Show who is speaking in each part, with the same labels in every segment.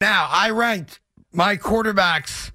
Speaker 1: Now, I ranked my quarterbacks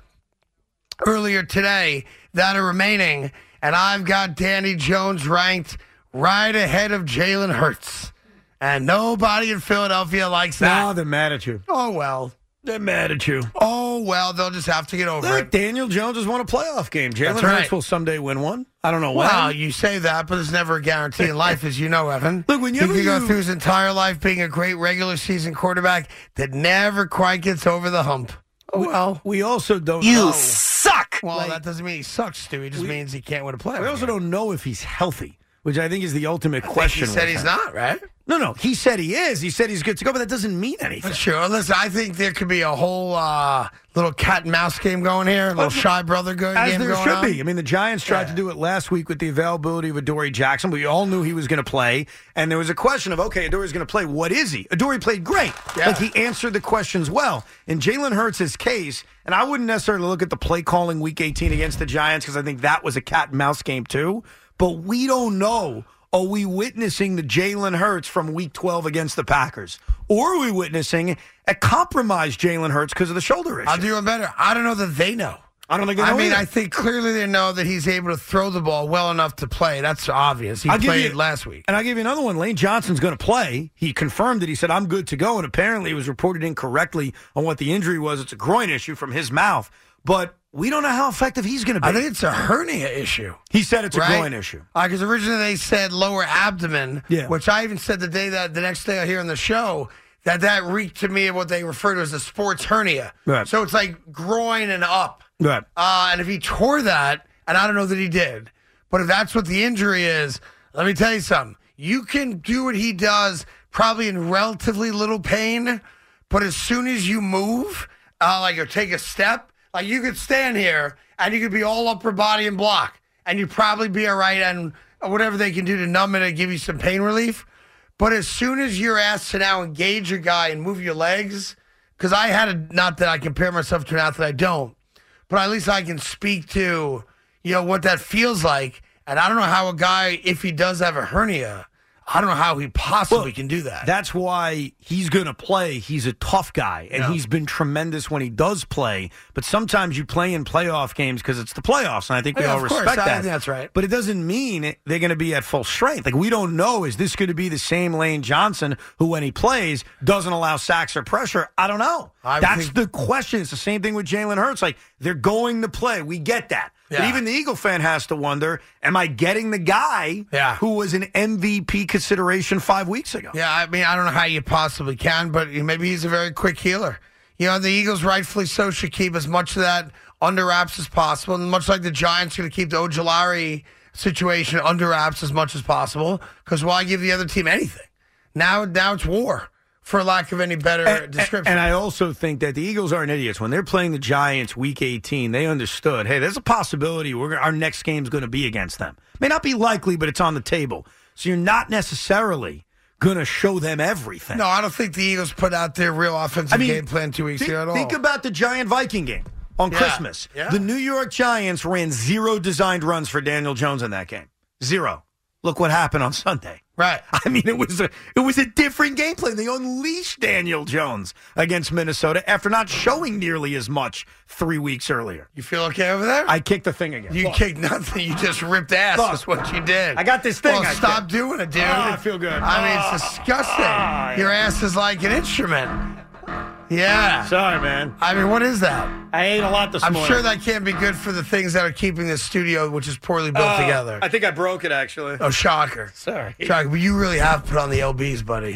Speaker 1: earlier today that are remaining, and I've got Danny Jones ranked right ahead of Jalen Hurts. And nobody in Philadelphia likes that.
Speaker 2: Now they're mad at you.
Speaker 1: Oh, well.
Speaker 2: They're mad at you.
Speaker 1: Oh, well, they'll just have to get over
Speaker 2: Look,
Speaker 1: it.
Speaker 2: Daniel Jones has won a playoff game. Jalen
Speaker 1: That's
Speaker 2: Hurts
Speaker 1: right.
Speaker 2: will someday win one. I don't know when.
Speaker 1: Well, you say that, but there's never a guarantee in life, as you know, Evan.
Speaker 2: Look, whenever
Speaker 1: he could go
Speaker 2: you-
Speaker 1: through his entire life being a great regular season quarterback that never quite gets over the hump. Oh, well.
Speaker 2: we also don't
Speaker 3: You
Speaker 2: know.
Speaker 3: suck.
Speaker 1: Oh. Well, that doesn't mean he sucks, Stu. He just means he can't win a playoff.
Speaker 2: We also
Speaker 1: game.
Speaker 2: don't know if he's healthy, which I think is the ultimate
Speaker 1: Like
Speaker 2: question.
Speaker 1: He said
Speaker 2: with
Speaker 1: he's
Speaker 2: him.
Speaker 1: not, right?
Speaker 2: No, no, he said he is. He said he's good to go, but that doesn't mean anything.
Speaker 1: Sure. Listen, I think there could be a whole uh, little cat and mouse game going here, a little shy brother go-
Speaker 2: As
Speaker 1: game
Speaker 2: there
Speaker 1: going
Speaker 2: should
Speaker 1: on.
Speaker 2: be. I mean, the Giants tried to do it last week with the availability of Adoree Jackson. We all knew he was going to play, and there was a question of, okay, Adoree's going to play. What is he? Adoree played great.
Speaker 1: Yeah.
Speaker 2: Like he answered the questions well. In Jalen Hurts' case, and I wouldn't necessarily look at the play calling Week 18 against the Giants because I think that was a cat and mouse game too. But we don't know. Are we witnessing the Jalen Hurts from Week 12 against the Packers, or are we witnessing a compromised Jalen Hurts because of the shoulder issue?
Speaker 1: I'll do even better. I don't know that they know.
Speaker 2: I don't think they
Speaker 1: I
Speaker 2: know
Speaker 1: mean,
Speaker 2: either.
Speaker 1: I think clearly they know that he's able to throw the ball well enough to play. That's obvious. He
Speaker 2: I'll give
Speaker 1: played
Speaker 2: you-
Speaker 1: last week.
Speaker 2: And I'll give you another one. Lane Johnson's going to play. He confirmed it. He said, I'm good to go. And apparently it was reported incorrectly on what the injury was. It's a groin issue from his mouth. But we don't know how effective he's going to be.
Speaker 1: I think it's a hernia issue.
Speaker 2: he said it's
Speaker 1: right?
Speaker 2: a groin issue.
Speaker 1: Because originally they said lower abdomen,
Speaker 2: Yeah.
Speaker 1: which I even said the day that the next day here on the show that that reeked to me of what they refer to as a sports hernia.
Speaker 2: Right.
Speaker 1: So it's like groin and up.
Speaker 2: Right.
Speaker 1: Uh, and if he tore that, and I don't know that he did, but if that's what the injury is, let me tell you something. You can do what he does probably in relatively little pain, but as soon as you move, uh, like you take a step, like you could stand here and you could be all upper body and block, and you'd probably be all right. And whatever they can do to numb it and give you some pain relief. But as soon as you're asked to now engage a guy and move your legs, because I had a, not that I compare myself to an athlete, I don't but at least I can speak to you know what that feels like. And I don't know how a guy, if he does have a hernia, I don't know how he possibly
Speaker 2: Well,
Speaker 1: can do that.
Speaker 2: That's why he's going to play. He's a tough guy, and
Speaker 1: Yeah.
Speaker 2: he's been tremendous when he does play. But sometimes you play in playoff games because it's the playoffs, and I think we
Speaker 1: Yeah,
Speaker 2: all
Speaker 1: of course.
Speaker 2: respect
Speaker 1: I
Speaker 2: that.
Speaker 1: think that's right.
Speaker 2: But it doesn't mean they're going to be at full strength. Like we don't know is this going to be the same Lane Johnson who, when he plays, doesn't allow sacks or pressure? I don't know.
Speaker 1: I would
Speaker 2: that's
Speaker 1: think-
Speaker 2: the question. It's the same thing with Jalen Hurts. Like they're going to play. We get that. But
Speaker 1: Yeah.
Speaker 2: even the Eagle fan has to wonder: Am I getting the guy
Speaker 1: Yeah.
Speaker 2: who was an MVP consideration five weeks ago?
Speaker 1: yeah, I mean, I don't know how you possibly can, but maybe he's a very quick healer. You know, the Eagles rightfully so should keep as much of that under wraps as possible, and much like the Giants, going to keep the Ojolari situation under wraps as much as possible. Because why give the other team anything? Now, now it's war, for lack of any better description.
Speaker 2: And I also think that the Eagles aren't idiots. When they're playing the Giants Week 18, they understood. Hey, there's a possibility we're gonna, our next game's going to be against them. May not be likely, but it's on the table. So you're not necessarily going to show them everything.
Speaker 1: No, I don't think the Eagles put out their real offensive
Speaker 2: I mean,
Speaker 1: game plan two weeks
Speaker 2: think,
Speaker 1: ago at all.
Speaker 2: think about the Giant Viking game on
Speaker 1: Yeah.
Speaker 2: Christmas.
Speaker 1: Yeah.
Speaker 2: The New York Giants ran zero designed runs for Daniel Jones in that game. Zero. Look what happened on Sunday.
Speaker 1: right.
Speaker 2: I mean, it was a it was a different game plan. They unleashed Daniel Jones against Minnesota after not showing nearly as much three weeks earlier.
Speaker 1: You feel okay over there?
Speaker 2: I kicked the thing again.
Speaker 1: you kicked nothing. You just ripped ass.
Speaker 2: Look.
Speaker 1: That's what you did.
Speaker 2: I got this thing
Speaker 1: Well,
Speaker 2: I
Speaker 1: stop doing it, dude.
Speaker 2: Ah, I feel good. Ah,
Speaker 1: I mean, it's disgusting. Your ass is like an instrument. Yeah.
Speaker 2: Sorry, man.
Speaker 1: I mean, what is that?
Speaker 2: I ate a lot this
Speaker 1: I'm
Speaker 2: morning.
Speaker 1: sure that can't be good for the things that are keeping this studio, which is poorly built
Speaker 2: Oh,
Speaker 1: together.
Speaker 2: I think I broke it actually.
Speaker 1: oh, shocker.
Speaker 2: Sorry.
Speaker 1: Chuck, but you really have put on the LBs, buddy.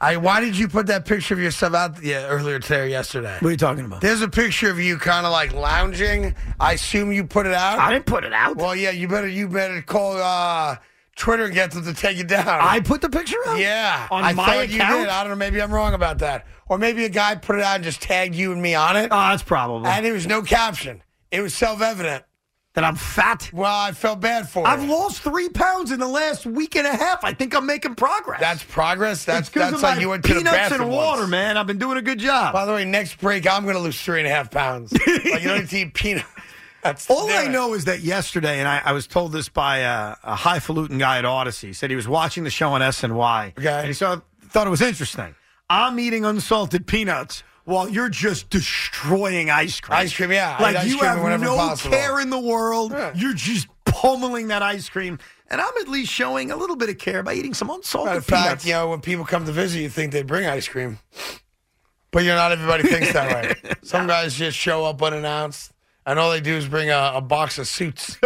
Speaker 1: I, why did you put that picture of yourself out yeah, earlier today or yesterday?
Speaker 2: What are you talking about?
Speaker 1: There's a picture of you kind of like lounging. I assume you put it out.
Speaker 2: I didn't put it out.
Speaker 1: well, yeah, you better you better call uh, Twitter and get them to take it down.
Speaker 2: I put the picture out.
Speaker 1: yeah,
Speaker 2: on
Speaker 1: I
Speaker 2: my
Speaker 1: thought you
Speaker 2: account?
Speaker 1: did. I don't know. Maybe I'm wrong about that, or maybe a guy put it out and just tagged you and me on it,
Speaker 2: Oh, that's probably
Speaker 1: and there was no caption. It was self-evident.
Speaker 2: that I'm fat.
Speaker 1: Well, I felt bad for
Speaker 2: I've
Speaker 1: you.
Speaker 2: lost three pounds in the last week and a half. I think I'm making progress.
Speaker 1: That's progress. That's
Speaker 2: It's 'cause
Speaker 1: that's
Speaker 2: of
Speaker 1: like
Speaker 2: my
Speaker 1: you went to the
Speaker 2: peanuts
Speaker 1: bathroom
Speaker 2: and water,
Speaker 1: once.
Speaker 2: man. I've been doing a good job.
Speaker 1: By the way, next break I'm going to lose three and a half pounds. like you don't need to eat peanuts. That's
Speaker 2: All I
Speaker 1: different.
Speaker 2: know is that yesterday, and I, I was told this by a, a highfalutin guy at Odyssey, said he was watching the show on SNY.
Speaker 1: Okay.
Speaker 2: And he saw, thought it was interesting. I'm eating unsalted peanuts while you're just destroying ice cream.
Speaker 1: Ice cream, yeah. I
Speaker 2: Like
Speaker 1: eat ice
Speaker 2: you
Speaker 1: cream
Speaker 2: have
Speaker 1: whenever
Speaker 2: no
Speaker 1: possible.
Speaker 2: care in the world.
Speaker 1: Yeah.
Speaker 2: You're just pummeling that ice cream. And I'm at least showing a little bit of care by eating some
Speaker 1: Matter
Speaker 2: unsalted
Speaker 1: of fact,
Speaker 2: peanuts.
Speaker 1: you know, when people come to visit, you think they bring ice cream. But you know, not everybody thinks that way. Some guys just show up unannounced, and all they do is bring a, a box of suits.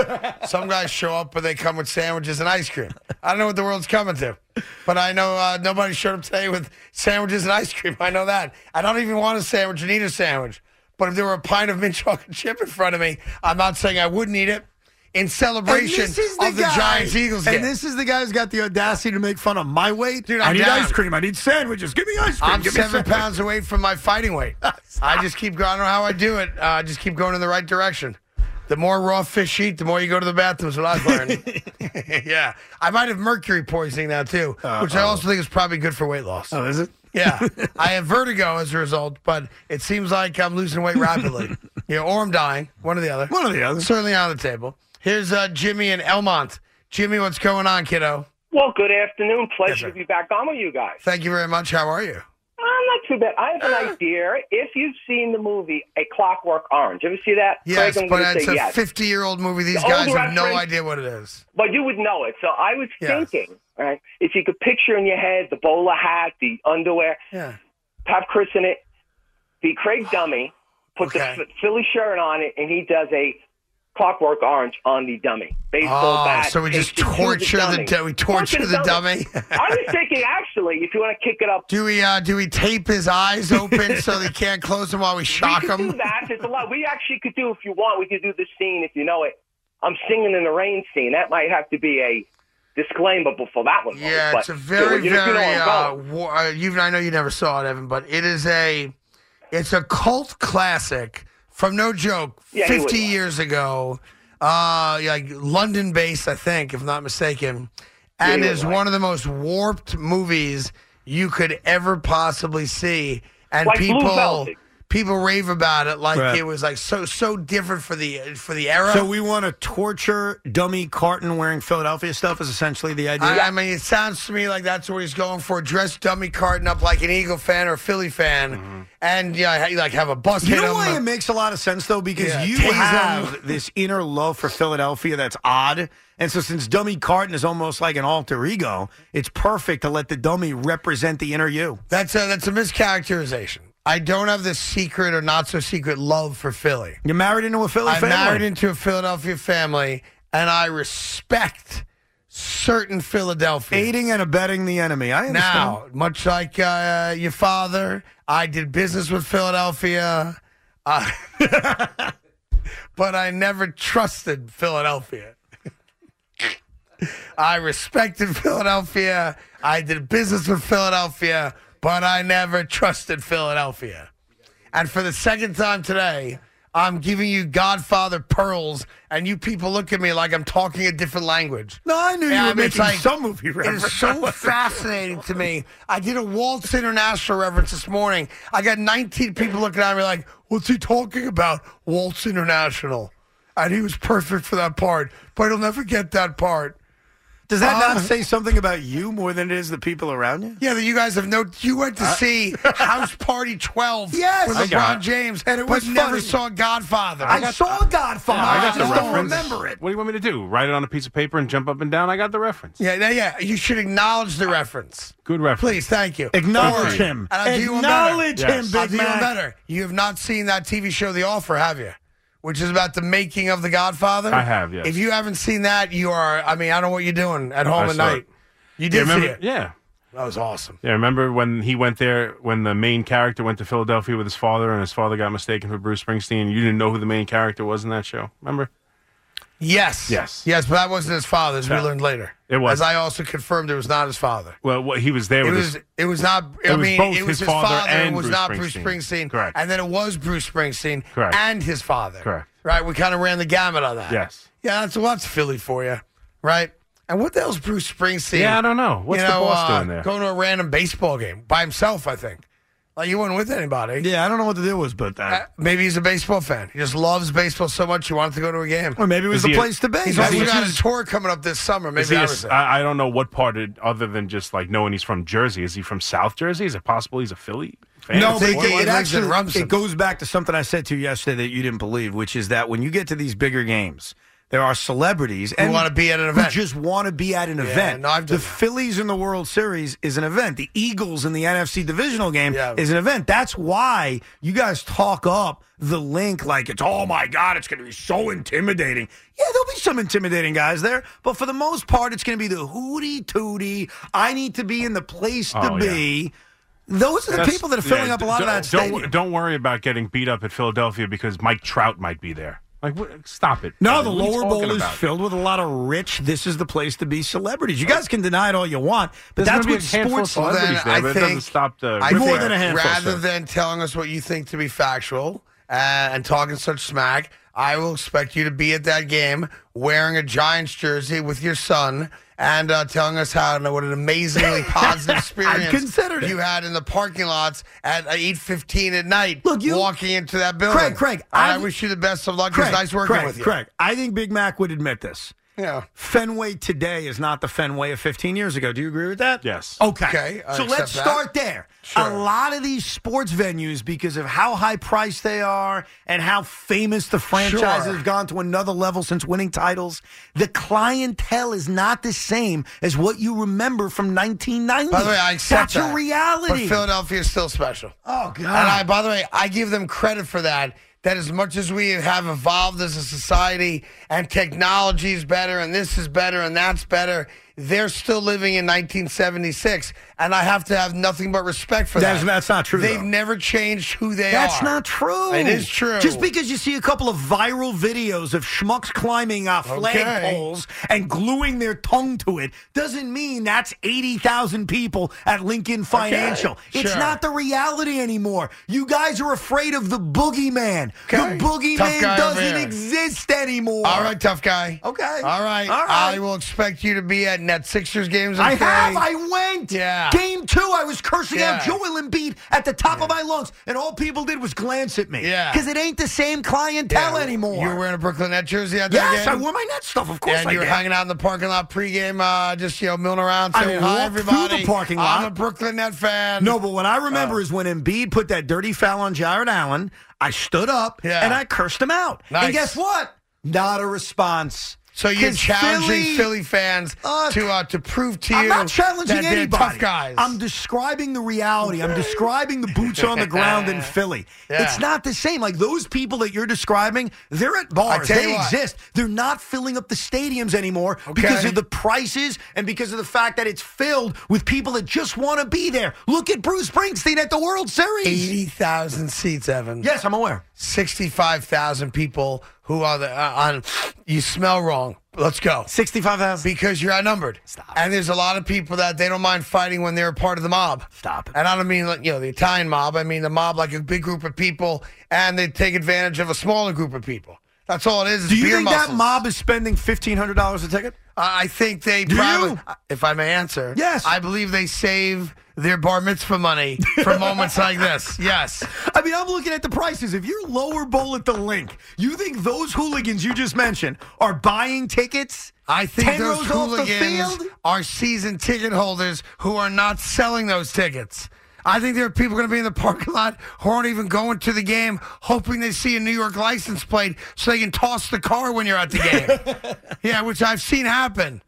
Speaker 1: Some guys show up, but they come with sandwiches and ice cream. I don't know what the world's coming to, but I know uh, nobody showed up today with sandwiches and ice cream. I know that. I don't even want a sandwich and eat a sandwich. But if there were a pint of mint chocolate chip in front of me, I'm not saying I wouldn't eat it in
Speaker 2: And
Speaker 1: celebration
Speaker 2: this is
Speaker 1: of the
Speaker 2: guy-
Speaker 1: Giants Eagles game.
Speaker 2: And this is the guy who's got the audacity to make fun of my weight.
Speaker 1: Dude,
Speaker 2: I
Speaker 1: I'm
Speaker 2: need
Speaker 1: down.
Speaker 2: ice cream. I need sandwiches. Give me ice cream.
Speaker 1: I'm
Speaker 2: Give me
Speaker 1: seven
Speaker 2: sandwiches.
Speaker 1: pounds away from my fighting weight. I just keep going. I don't know how I do it. Uh, I just keep going in the right direction. The more raw fish you eat, the more you go to the bathrooms. What I've learned. yeah, I might have mercury poisoning now too, which I also think is probably good for weight loss.
Speaker 2: Uh, Oh, is it?
Speaker 1: Yeah, I have vertigo as a result, but it seems like I'm losing weight rapidly. yeah, or I'm dying. One or the other.
Speaker 2: One or the other.
Speaker 1: Certainly on the table. Here's uh, Jimmy in Elmont. Jimmy, what's going on, kiddo?
Speaker 3: Well, good afternoon. Pleasure
Speaker 1: sir.
Speaker 3: to be back on with you guys.
Speaker 1: Thank you very much. How are you?
Speaker 3: I'm not too bad. I have
Speaker 1: Ah.
Speaker 3: an idea. If you've seen the movie A Clockwork Orange, ever see that?
Speaker 1: Yes,
Speaker 3: Craig, I'm
Speaker 1: but
Speaker 3: gonna
Speaker 1: it's
Speaker 3: say
Speaker 1: a
Speaker 3: yes.
Speaker 1: 50 year old movie. These
Speaker 3: The
Speaker 1: guys
Speaker 3: older
Speaker 1: have no
Speaker 3: reference-
Speaker 1: idea what it is.
Speaker 3: But you would know it. So I was
Speaker 1: Yes.
Speaker 3: thinking, right? If you could picture in your head the bowler hat, the underwear,
Speaker 1: Yeah.
Speaker 3: have Chris in it, the Craig dummy, put
Speaker 1: Okay.
Speaker 3: the Ph- Philly shirt on it, and he does a Clockwork Orange on the dummy. Baseball
Speaker 1: Oh,
Speaker 3: bat.
Speaker 1: so we just
Speaker 3: takes it to
Speaker 1: torture the,
Speaker 3: dummy.
Speaker 1: du- we torture the dummy.
Speaker 3: I was thinking, actually, if you want to kick it up
Speaker 1: do we uh, do we tape his eyes open so they can't close them while we shock
Speaker 3: we could do
Speaker 1: him?
Speaker 3: that. There's a lot. We actually could do if you want. We could do the scene if you know it. I'm singing in the rain scene. That might have to be a disclaimer before that one. though.
Speaker 1: Yeah,
Speaker 3: But,
Speaker 1: it's a very
Speaker 3: you know, you know
Speaker 1: very
Speaker 3: where I'm
Speaker 1: uh,
Speaker 3: going.
Speaker 1: war- uh, you I know you never saw it, Evan, but it is a it's a cult classic from no joke,
Speaker 3: Yeah, he
Speaker 1: 50
Speaker 3: would.
Speaker 1: years ago. Uh, yeah, like London based, I think, if not mistaken, and
Speaker 3: he would
Speaker 1: is
Speaker 3: like.
Speaker 1: one of the most warped movies you could ever possibly see, and
Speaker 3: Like Blue
Speaker 1: people.
Speaker 3: Velvet.
Speaker 1: People rave about it like
Speaker 2: Right.
Speaker 1: it was like so so different for the for the era.
Speaker 2: So we want to torture dummy carton wearing Philadelphia stuff is essentially the idea.
Speaker 1: I, I mean, it sounds to me like that's what he's going for. Dress dummy carton up like an Eagle fan or a Philly fan. And, yeah, ha- you like have a bus
Speaker 2: Mm-hmm. you
Speaker 1: hit
Speaker 2: know
Speaker 1: him.
Speaker 2: why it makes a lot of sense though, because
Speaker 1: Yeah,
Speaker 2: you
Speaker 1: tase 'em.
Speaker 2: have this inner love for Philadelphia that's odd, and so since Dummy Carton is almost like an alter ego, it's perfect to let the dummy represent the inner you.
Speaker 1: That's, a, that's a mischaracterization. I don't have this secret or not so secret love for Philly.
Speaker 2: You're married into a Philly
Speaker 1: I'm
Speaker 2: family.
Speaker 1: married into a Philadelphia family, and I respect certain Philadelphia.
Speaker 2: aiding and abetting the enemy. I understand.
Speaker 1: Now, much like uh, your father, I did business with Philadelphia, uh, but I never trusted Philadelphia. I respected Philadelphia. I did business with Philadelphia, but I never trusted Philadelphia. And for the second time today, I'm giving you Godfather pearls, and you people look at me like I'm talking a different language.
Speaker 2: No, I knew
Speaker 1: Yeah,
Speaker 2: you
Speaker 1: I
Speaker 2: were
Speaker 1: mean, it's
Speaker 2: making
Speaker 1: like-
Speaker 2: some movie
Speaker 1: It is
Speaker 2: reference.
Speaker 1: so fascinating to me. I did a Waltz International reference this morning. I got 19 people looking at me like, what's he talking about? Waltz International. And he was perfect for that part, but he'll never get that part.
Speaker 2: Does that
Speaker 1: Uh,
Speaker 2: not say something about you more than it is the people around you?
Speaker 1: Yeah, that you guys have no. You went to see House Party 12
Speaker 2: Uh, Yes.
Speaker 1: with
Speaker 2: I got
Speaker 1: LeBron
Speaker 2: it.
Speaker 1: James,
Speaker 2: And it
Speaker 1: but
Speaker 2: was
Speaker 1: never
Speaker 2: funny.
Speaker 1: saw Godfather.
Speaker 2: I, saw Godfather.
Speaker 1: I got
Speaker 2: I,
Speaker 1: the
Speaker 2: Ah, just don't
Speaker 1: reference.
Speaker 2: remember it.
Speaker 4: What do you want me to do? Write it on a piece of paper and jump up and down? I got the reference.
Speaker 1: yeah, yeah, yeah. You should acknowledge the reference.
Speaker 4: Good reference.
Speaker 1: Please, thank you.
Speaker 2: Acknowledge
Speaker 4: Good for you.
Speaker 2: him.
Speaker 1: And I'll do you one better.
Speaker 2: Acknowledge
Speaker 4: Yes.
Speaker 2: him, Big
Speaker 1: I'll do you
Speaker 2: Mac.
Speaker 1: one better. You have not seen that TV show, The Offer, have you? Which is about the making of The Godfather.
Speaker 4: I have, yes.
Speaker 1: If you haven't seen that, you are. I mean, I don't know what you're doing at home
Speaker 4: I
Speaker 1: at
Speaker 4: saw
Speaker 1: night.
Speaker 4: it.
Speaker 1: You
Speaker 4: Yeah,
Speaker 1: did see
Speaker 4: remember,
Speaker 1: it.
Speaker 4: yeah.
Speaker 1: That was awesome.
Speaker 4: Yeah, remember when he went there, when the main character went to Philadelphia with his father and his father got mistaken for Bruce Springsteen? You didn't know who the main character was in that show. Remember?
Speaker 1: Yes.
Speaker 4: Yes.
Speaker 1: Yes, but that wasn't his father, as we
Speaker 4: No.
Speaker 1: learned later.
Speaker 4: It was.
Speaker 1: As I also confirmed, it was not his father.
Speaker 4: Well, what, he was there
Speaker 1: It
Speaker 4: with
Speaker 1: was.
Speaker 4: his.
Speaker 1: It was not. I
Speaker 4: It was
Speaker 1: mean,
Speaker 4: both
Speaker 1: it was
Speaker 4: his
Speaker 1: his
Speaker 4: father
Speaker 1: father. it
Speaker 4: and
Speaker 1: was
Speaker 4: Bruce
Speaker 1: not Bruce
Speaker 4: Springsteen.
Speaker 1: Springsteen.
Speaker 4: Correct.
Speaker 1: And then it was Bruce Springsteen.
Speaker 4: Correct.
Speaker 1: And his father.
Speaker 4: Correct.
Speaker 1: Right. We kind of ran the gamut on that.
Speaker 4: Yes.
Speaker 1: Yeah. That's well, that's Philly for you, right? And what the hell's Bruce Springsteen?
Speaker 4: Yeah, I don't know. What's
Speaker 1: you
Speaker 4: the
Speaker 1: know,
Speaker 4: boss
Speaker 1: uh,
Speaker 4: doing there?
Speaker 1: Going to a random baseball game by himself, I think. Like he wasn't with anybody.
Speaker 2: Yeah, I don't know what the deal was, but that.
Speaker 1: Uh, Maybe he's a baseball fan. He just loves baseball so much he wanted to go to a game.
Speaker 2: Or maybe it was
Speaker 4: Is
Speaker 2: the
Speaker 4: he a-
Speaker 2: place to be.
Speaker 1: He's
Speaker 2: That's
Speaker 1: also
Speaker 2: what-
Speaker 1: got a tour coming up this summer. Maybe
Speaker 4: Is he
Speaker 1: that
Speaker 4: a-
Speaker 1: was it.
Speaker 4: I, I don't know what part, it, other than just like knowing he's from Jersey. Is he from South Jersey? Is it possible he's a Philly? Fan.
Speaker 1: If
Speaker 2: No, but
Speaker 1: they
Speaker 2: it,
Speaker 1: get-
Speaker 2: it
Speaker 1: it lives in
Speaker 2: actually
Speaker 1: Rumson.
Speaker 2: it goes back to something I said to you yesterday that you didn't believe, which is that when you get to these bigger games, there are celebrities and
Speaker 1: wanna be at an event.
Speaker 2: Who just want to be at an event.
Speaker 1: no, I've
Speaker 2: the
Speaker 1: done that.
Speaker 2: Phillies in the World Series is an event. The Eagles in the NFC divisional game
Speaker 1: Yeah.
Speaker 2: is an event. That's why you guys talk up the link like it's oh my god, it's going to be so intimidating. Yeah, there'll be some intimidating guys there, but for the most part, it's going to be the hootie tootie. I need to be in the place to
Speaker 4: Oh, yeah.
Speaker 2: be. Those are the
Speaker 4: That's-
Speaker 2: people that are
Speaker 4: yeah,
Speaker 2: filling up a lot of
Speaker 4: don't-
Speaker 2: that
Speaker 4: don't,
Speaker 2: stadium.
Speaker 4: Don't worry about getting beat up at Philadelphia because Mike Trout might be there. Like, what, stop it.
Speaker 2: No, the
Speaker 4: What are you
Speaker 2: lower
Speaker 4: talking
Speaker 2: bowl is
Speaker 4: about?
Speaker 2: filled with a lot of rich. This is the place to be celebrities. You guys can deny it all you want, but
Speaker 4: There's
Speaker 2: that's
Speaker 4: gonna
Speaker 2: what
Speaker 4: be a handful of
Speaker 2: sports.
Speaker 4: celebrities
Speaker 1: Well, then
Speaker 4: there,
Speaker 1: I
Speaker 4: but it doesn't
Speaker 1: think-
Speaker 4: stop the.
Speaker 1: I
Speaker 4: rip
Speaker 2: More
Speaker 1: think
Speaker 2: than a
Speaker 4: there.
Speaker 2: handful,
Speaker 1: Rather
Speaker 2: sir.
Speaker 1: than telling us what you think to be factual uh, and talking such smack, I will expect you to be at that game wearing a Giants jersey with your son and uh, telling us how and what an amazingly positive experience
Speaker 2: considered it.
Speaker 1: you had in the parking lots at uh, eight fifteen at night.
Speaker 2: Look, you-
Speaker 1: walking into that building,
Speaker 2: Craig, Craig,
Speaker 1: And I
Speaker 2: I've-
Speaker 1: wish you the best of luck.
Speaker 2: Craig,
Speaker 1: it was nice working
Speaker 2: Craig,
Speaker 1: with you.
Speaker 2: Craig, I think Big Mac would admit this.
Speaker 1: Yeah.
Speaker 2: Fenway today is not the Fenway of 15 years ago. Do you agree with that?
Speaker 4: Yes.
Speaker 2: Okay.
Speaker 1: Okay, I
Speaker 2: so
Speaker 1: accept
Speaker 2: let's
Speaker 1: that.
Speaker 2: start there.
Speaker 1: Sure.
Speaker 2: A lot of these sports venues, because of how high priced they are and how famous the franchises
Speaker 1: Sure.
Speaker 2: have gone to another level since winning titles, the clientele is not the same as what you remember from 1990.
Speaker 1: By the way, I accept
Speaker 2: That's
Speaker 1: that.
Speaker 2: a reality.
Speaker 1: But Philadelphia is still special.
Speaker 2: oh, God.
Speaker 1: And I, by the way, I give them credit for that. That as much as we have evolved as a society and technology is better and this is better and that's better, they're still living in 1976. And I have to have nothing but respect for
Speaker 2: That's-
Speaker 1: that.
Speaker 2: that's not true,
Speaker 1: They've
Speaker 2: though.
Speaker 1: never changed who they
Speaker 2: That's
Speaker 1: are.
Speaker 2: not true.
Speaker 1: It is true.
Speaker 2: Just because you see a couple of viral videos of schmucks climbing uh, flagpoles and gluing their tongue to it doesn't mean that's 80,000 people at Lincoln Financial. It's
Speaker 1: Sure.
Speaker 2: not the reality anymore. You guys are afraid of the boogeyman.
Speaker 1: Okay.
Speaker 2: The
Speaker 1: Tough
Speaker 2: boogeyman
Speaker 1: guy over here.
Speaker 2: doesn't exist anymore.
Speaker 1: All right, tough guy.
Speaker 2: Okay.
Speaker 1: All right.
Speaker 2: All right.
Speaker 1: I will expect you to be at Net Sixers games. on
Speaker 2: I have.
Speaker 1: Friday.
Speaker 2: I went.
Speaker 1: Yeah.
Speaker 2: Game two, I was cursing out
Speaker 1: Yeah.
Speaker 2: Joel Embiid at the top of my lungs, and all people did was glance at me.
Speaker 1: Yeah.
Speaker 2: Because it ain't the same clientele
Speaker 1: Yeah,
Speaker 2: anymore.
Speaker 1: You were wearing a Brooklyn Net jersey at that
Speaker 2: yes,
Speaker 1: game?
Speaker 2: I wore my net stuff. Of course,
Speaker 1: And
Speaker 2: I
Speaker 1: you were
Speaker 2: did.
Speaker 1: hanging out in the parking lot pregame, uh, just you know, milling around,
Speaker 2: I
Speaker 1: saying hi
Speaker 2: walked through the
Speaker 1: everybody.
Speaker 2: parking lot.
Speaker 1: I'm a Brooklyn Net fan.
Speaker 2: No, but what I
Speaker 1: Oh.
Speaker 2: remember is when Embiid put that dirty foul on Jared Allen, I stood up
Speaker 1: Yeah.
Speaker 2: and I cursed him out. And
Speaker 1: Nice.
Speaker 2: guess what? Not a response.
Speaker 1: So you're
Speaker 2: 'Cause
Speaker 1: challenging Philly, fans
Speaker 2: Ugh.
Speaker 1: to uh, to prove to you
Speaker 2: I'm not challenging
Speaker 1: that they're
Speaker 2: anybody.
Speaker 1: tough guys.
Speaker 2: I'm describing the reality. I'm describing the boots on the ground in Philly.
Speaker 1: Yeah.
Speaker 2: It's not the same. Like those people that you're describing, they're at bars.
Speaker 1: tell you
Speaker 2: They
Speaker 1: what.
Speaker 2: exist. They're not filling up the stadiums anymore because
Speaker 1: Okay.
Speaker 2: of the prices and because of the fact that it's filled with people that just want to be there. Look at Bruce Springsteen at the World Series.
Speaker 1: Eighty thousand seats, Evan.
Speaker 2: Yes, I'm aware.
Speaker 1: sixty-five thousand people who are the, uh, on. You smell wrong. Let's go.
Speaker 2: 65,000.
Speaker 1: Because you're outnumbered.
Speaker 2: Stop.
Speaker 1: And there's a lot of people that they don't mind fighting when they're a part of the mob.
Speaker 2: Stop it.
Speaker 1: And I don't mean like you know the Italian mob. I mean the mob like a big group of people, and they take advantage of a smaller group of people. That's all it is. is
Speaker 2: Do you
Speaker 1: beer
Speaker 2: think that
Speaker 1: muscles.
Speaker 2: mob is spending $1,500 a ticket?
Speaker 1: I I think they
Speaker 2: Do
Speaker 1: probably,
Speaker 2: you?
Speaker 1: if I may answer,
Speaker 2: Yes.
Speaker 1: I believe they save their bar mitzvah money for moments like this. Yes.
Speaker 2: I mean, I'm looking at the prices. If you're lower bowl at the link, you think those hooligans you just mentioned are buying tickets?
Speaker 1: I think
Speaker 2: 10
Speaker 1: those
Speaker 2: rows off
Speaker 1: hooligans
Speaker 2: the field?
Speaker 1: are season ticket holders who are not selling those tickets. I think there are people going to be in the parking lot who aren't even going to the game, hoping they see a New York license plate so they can toss the car when you're at the game. yeah, which I've seen happen.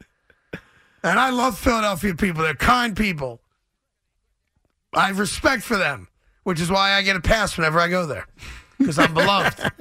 Speaker 1: And I love Philadelphia people. They're kind people. I have respect for them, which is why I get a pass whenever I go there because I'm beloved.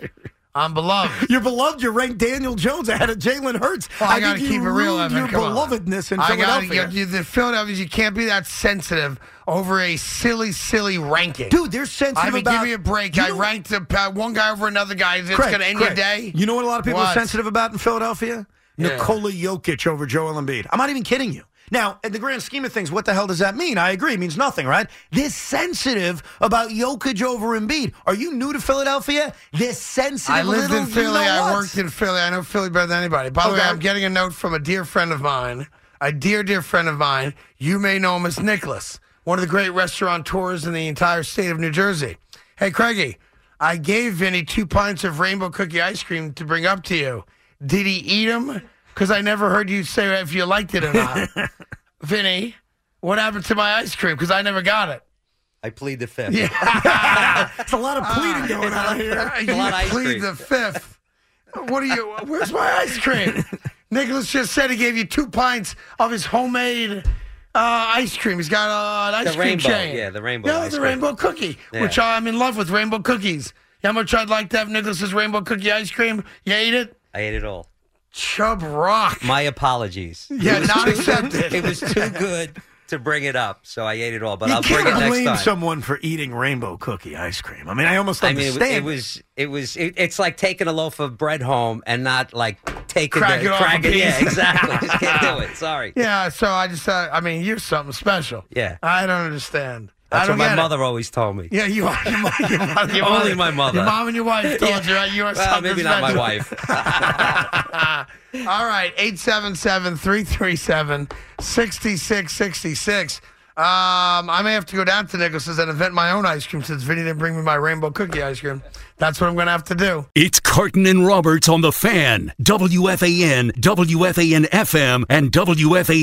Speaker 1: I'm beloved.
Speaker 2: You're beloved. You ranked Daniel Jones ahead of Jalen Hurts.
Speaker 1: Well, Oh, I,
Speaker 2: think
Speaker 1: gotta
Speaker 2: you
Speaker 1: keep it real,
Speaker 2: ruined
Speaker 1: Evan.
Speaker 2: Your
Speaker 1: Come on.
Speaker 2: belovedness in
Speaker 1: I
Speaker 2: Philadelphia.
Speaker 1: Gotta, you, you, the Philadelphia, you can't be that sensitive over a silly, silly ranking.
Speaker 2: Dude, they're sensitive
Speaker 1: I mean,
Speaker 2: about.
Speaker 1: give me a break.
Speaker 2: You
Speaker 1: I
Speaker 2: know-
Speaker 1: ranked a, uh, one guy over another guy. It's
Speaker 2: Craig,
Speaker 1: going to end
Speaker 2: Craig,
Speaker 1: your day.
Speaker 2: You know what a lot of people are
Speaker 1: What?
Speaker 2: sensitive about in Philadelphia?
Speaker 1: Yeah.
Speaker 2: Nikola Jokic over Joel Embiid. I'm not even kidding you. Now, in the grand scheme of things, what the hell does that mean? I agree, it means nothing, right? They're sensitive about Jokic over Embiid. Are you new to Philadelphia? They're sensitive.
Speaker 1: I lived
Speaker 2: little,
Speaker 1: in Philly.
Speaker 2: you know
Speaker 1: I
Speaker 2: what?
Speaker 1: worked in Philly. I know Philly better than anybody. By the way,
Speaker 2: Okay.
Speaker 1: I'm getting a note from a dear friend of mine, a dear, dear friend of mine. You may know him as Nicholas, one of the great restaurateurs in the entire state of New Jersey. Hey, Craigie, I gave Vinny two pints of rainbow cookie ice cream to bring up to you. Did he eat them? Because I never heard you say if you liked it or not. Vinny, what happened to my ice cream? Because I never got it.
Speaker 5: I plead the fifth.
Speaker 1: Yeah.
Speaker 2: It's a lot of
Speaker 1: Ah.
Speaker 2: pleading going on here.
Speaker 1: you
Speaker 5: lot of ice
Speaker 1: plead
Speaker 5: cream.
Speaker 1: the fifth. What are you? Where's my ice cream? Nicholas just said he gave you two pints of his homemade uh, ice cream. He's got uh, an ice
Speaker 5: The
Speaker 1: cream
Speaker 5: rainbow,
Speaker 1: chain.
Speaker 5: yeah, the rainbow
Speaker 1: Yeah,
Speaker 5: ice
Speaker 1: the
Speaker 5: cream.
Speaker 1: rainbow cookie,
Speaker 5: Yeah.
Speaker 1: which I'm in love with. Rainbow cookies. You know how much I'd like to have Nicholas's rainbow cookie ice cream? You ate it?
Speaker 5: I ate it all.
Speaker 1: Chub rock.
Speaker 5: My apologies.
Speaker 1: yeah, not
Speaker 5: It
Speaker 1: accepted.
Speaker 5: was too good to bring it up, so I ate it all. But
Speaker 2: You
Speaker 5: I'll bring it
Speaker 2: can't
Speaker 5: next
Speaker 2: blame
Speaker 5: time.
Speaker 2: someone for eating rainbow cookie ice cream. I mean, I almost
Speaker 5: I mean, it,
Speaker 2: understand.
Speaker 5: wa- it was, it was, it, it's like taking a loaf of bread home and not like taking
Speaker 1: Crack
Speaker 5: the
Speaker 1: it off a
Speaker 5: crack it. Yeah,
Speaker 1: piece.
Speaker 5: exactly. Just can't do it. Sorry.
Speaker 1: yeah, so I just, uh, I mean, you're something special.
Speaker 5: Yeah.
Speaker 1: I don't understand. I
Speaker 5: That's
Speaker 1: don't
Speaker 5: what my
Speaker 1: get it.
Speaker 5: mother always told me.
Speaker 1: Yeah, you are. Your mom, your mom, your
Speaker 5: Only
Speaker 1: mom-
Speaker 5: my mother.
Speaker 1: Your mom and your wife told you, right? You are
Speaker 5: Well,
Speaker 1: something
Speaker 5: maybe not my
Speaker 1: special.
Speaker 5: wife.
Speaker 1: All right, 877-337-6666. Um, I may have to go down to Nicholas's and invent my own ice cream since Vinny didn't bring me my rainbow cookie ice cream. That's what I'm going to have to do.
Speaker 6: It's Carton and Roberts on the fan, WFAN, WFAN FM, and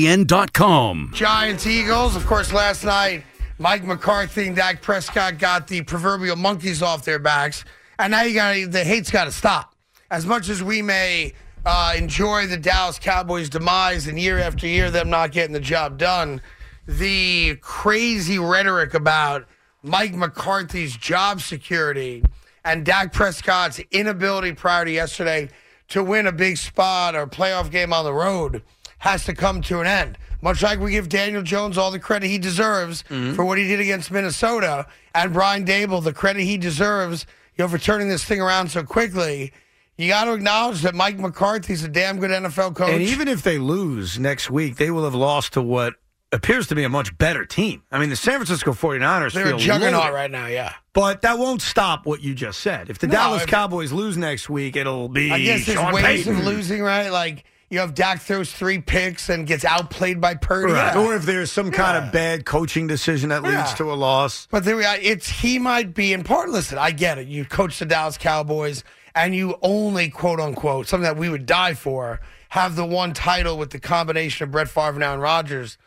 Speaker 6: WFAN.com.
Speaker 1: Giants, Eagles. Of course, last night, Mike McCarthy and Dak Prescott got the proverbial monkeys off their backs. And now you got the hate's got to stop. As much as we may uh, enjoy the Dallas Cowboys' demise and year after year them not getting the job done, the crazy rhetoric about Mike McCarthy's job security and Dak Prescott's inability prior to yesterday to win a big spot or playoff game on the road has to come to an end. Much like we give Daniel Jones all the credit he deserves
Speaker 2: Mm-hmm.
Speaker 1: for what he did against Minnesota, and Brian Dable the credit he deserves you know, for turning this thing around so quickly, you got to acknowledge that Mike McCarthy's a damn good NFL coach.
Speaker 2: and even if they lose next week, they will have lost to what appears to be a much better team. I mean, the San Francisco 49ers
Speaker 1: they're
Speaker 2: feel
Speaker 1: a juggernaut
Speaker 2: loaded.
Speaker 1: right now, yeah.
Speaker 2: But that won't stop what you just said. If the
Speaker 1: No,
Speaker 2: Dallas
Speaker 1: if-
Speaker 2: Cowboys lose next week, it'll be
Speaker 1: I guess there's
Speaker 2: Sean
Speaker 1: ways
Speaker 2: Payton.
Speaker 1: of losing, right? Like you have Dak throws three picks and gets outplayed by Purdy.
Speaker 2: Right. Or if there's some kind of bad coaching decision that leads
Speaker 1: Yeah.
Speaker 2: to a loss.
Speaker 1: But there we are. It's he might be in part. Listen, I get it. You coach the Dallas Cowboys, and you only quote unquote something that we would die for have the one title with the combination of Brett Favre now and Rodgers.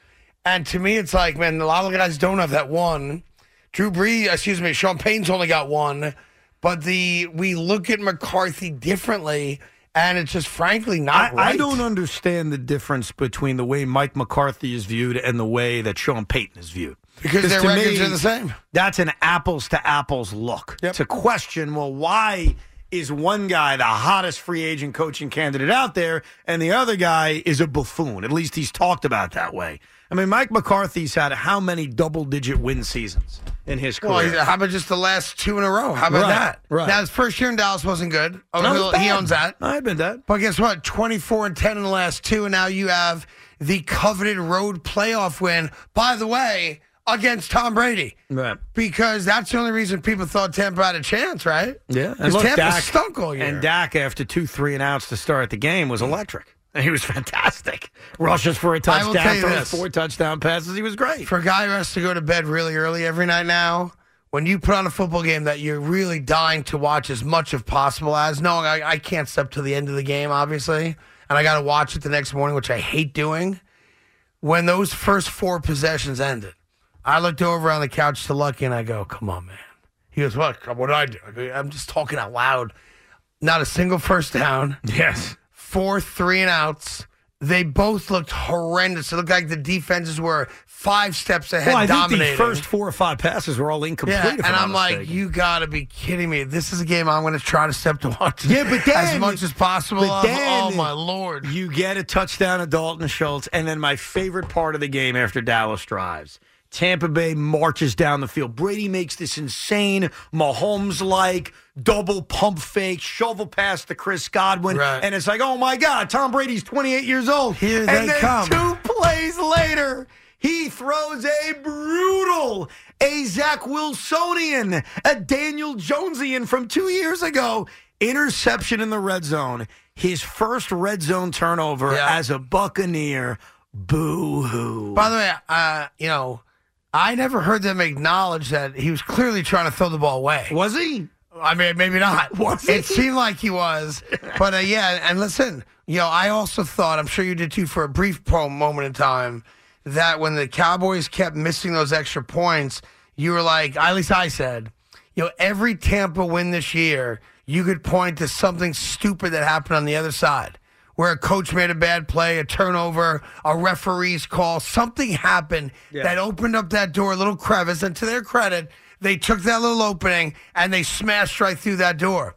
Speaker 1: And to me, it's like man, a lot of guys don't have that one. Drew Brees, excuse me, Sean Payton's only got one. But the we look at McCarthy differently, and it's just frankly
Speaker 2: I,
Speaker 1: not right.
Speaker 2: I don't understand the difference between the way Mike McCarthy is viewed and the way that Sean Payton is viewed.
Speaker 1: because their
Speaker 2: to
Speaker 1: records
Speaker 2: me,
Speaker 1: are the same.
Speaker 2: That's an apples to apples look.
Speaker 1: Yep.
Speaker 2: To question, well, why is one guy the hottest free agent coaching candidate out there and the other guy is a buffoon? At least he's talked about that way. I mean, Mike McCarthy's had how many double digit win seasons in his career?
Speaker 1: Well, he's- how about just the last two in a row? How about
Speaker 2: Right,
Speaker 1: that?
Speaker 2: right.
Speaker 1: Now his first year in Dallas wasn't good. Oh,
Speaker 2: That was
Speaker 1: he- he
Speaker 2: bad.
Speaker 1: owns that.
Speaker 2: I admit that.
Speaker 1: But guess what? Twenty four and ten in the last two, and now you have the coveted road playoff win. By the way, against Tom Brady,
Speaker 2: Right.
Speaker 1: because that's the only reason people thought Tampa had a chance, right?
Speaker 2: Yeah,
Speaker 1: because Tampa
Speaker 2: Dak-
Speaker 1: stunk all year.
Speaker 2: And Dak, after two, three and outs to start the game, was electric. And he was fantastic. Rushes for a
Speaker 1: I will tell
Speaker 2: touchdown,
Speaker 1: you
Speaker 2: throws
Speaker 1: this.
Speaker 2: four touchdown passes. He was great.
Speaker 1: for a guy who has to go to bed really early every night now, when you put on a football game that you're really dying to watch as much as possible as, knowing I, I can't step to the end of the game, obviously, and I got to watch it the next morning, which I hate doing. When those first four possessions ended, I looked over on the couch to Lucky and I go, come on, man. He goes, what? What did I do? I go, I'm just talking out loud. Not a single first down
Speaker 2: Yes.
Speaker 1: four three and outs. They both looked horrendous. It looked like the defenses were five steps ahead,
Speaker 2: Well, I think
Speaker 1: dominating.
Speaker 2: the first four or five passes were all incomplete.
Speaker 1: yeah,
Speaker 2: if
Speaker 1: and I'm
Speaker 2: not
Speaker 1: like,
Speaker 2: mistaken.
Speaker 1: you gotta be kidding me! This is a game I'm going to try to step to watch.
Speaker 2: Yeah, but then-
Speaker 1: as much as possible.
Speaker 2: but
Speaker 1: of.
Speaker 2: then-
Speaker 1: oh my lord!
Speaker 2: You get a touchdown to Dalton Schultz, and then my favorite part of the game after Dallas drives. Tampa Bay marches down the field. Brady makes this insane Mahomes like double pump fake, shovel pass to Chris Godwin.
Speaker 1: Right.
Speaker 2: And it's like, oh my God, Tom Brady's 28 years old.
Speaker 1: Here
Speaker 2: and
Speaker 1: they
Speaker 2: then
Speaker 1: come.
Speaker 2: two plays later, he throws a brutal, a Zach Wilsonian, a Daniel Jonesian from two years ago interception in the red zone. His first red zone turnover
Speaker 1: Yeah.
Speaker 2: as a Buccaneer. Boo hoo.
Speaker 1: By the way, uh, you know, I never heard them acknowledge that he was clearly trying to throw the ball away.
Speaker 2: Was he?
Speaker 1: I mean, maybe not.
Speaker 2: Was
Speaker 1: it
Speaker 2: he?
Speaker 1: seemed like he was, but uh, yeah. And listen, you know, I also thought, I'm sure you did too, for a brief po- moment in time, that when the Cowboys kept missing those extra points, you were like, at least I said, you know, every Tampa win this year, you could point to something stupid that happened on the other side where a coach made a bad play, a turnover, a referee's call, something happened that opened up that door, a little crevice. And to their credit, they took that little opening and they smashed right through that door.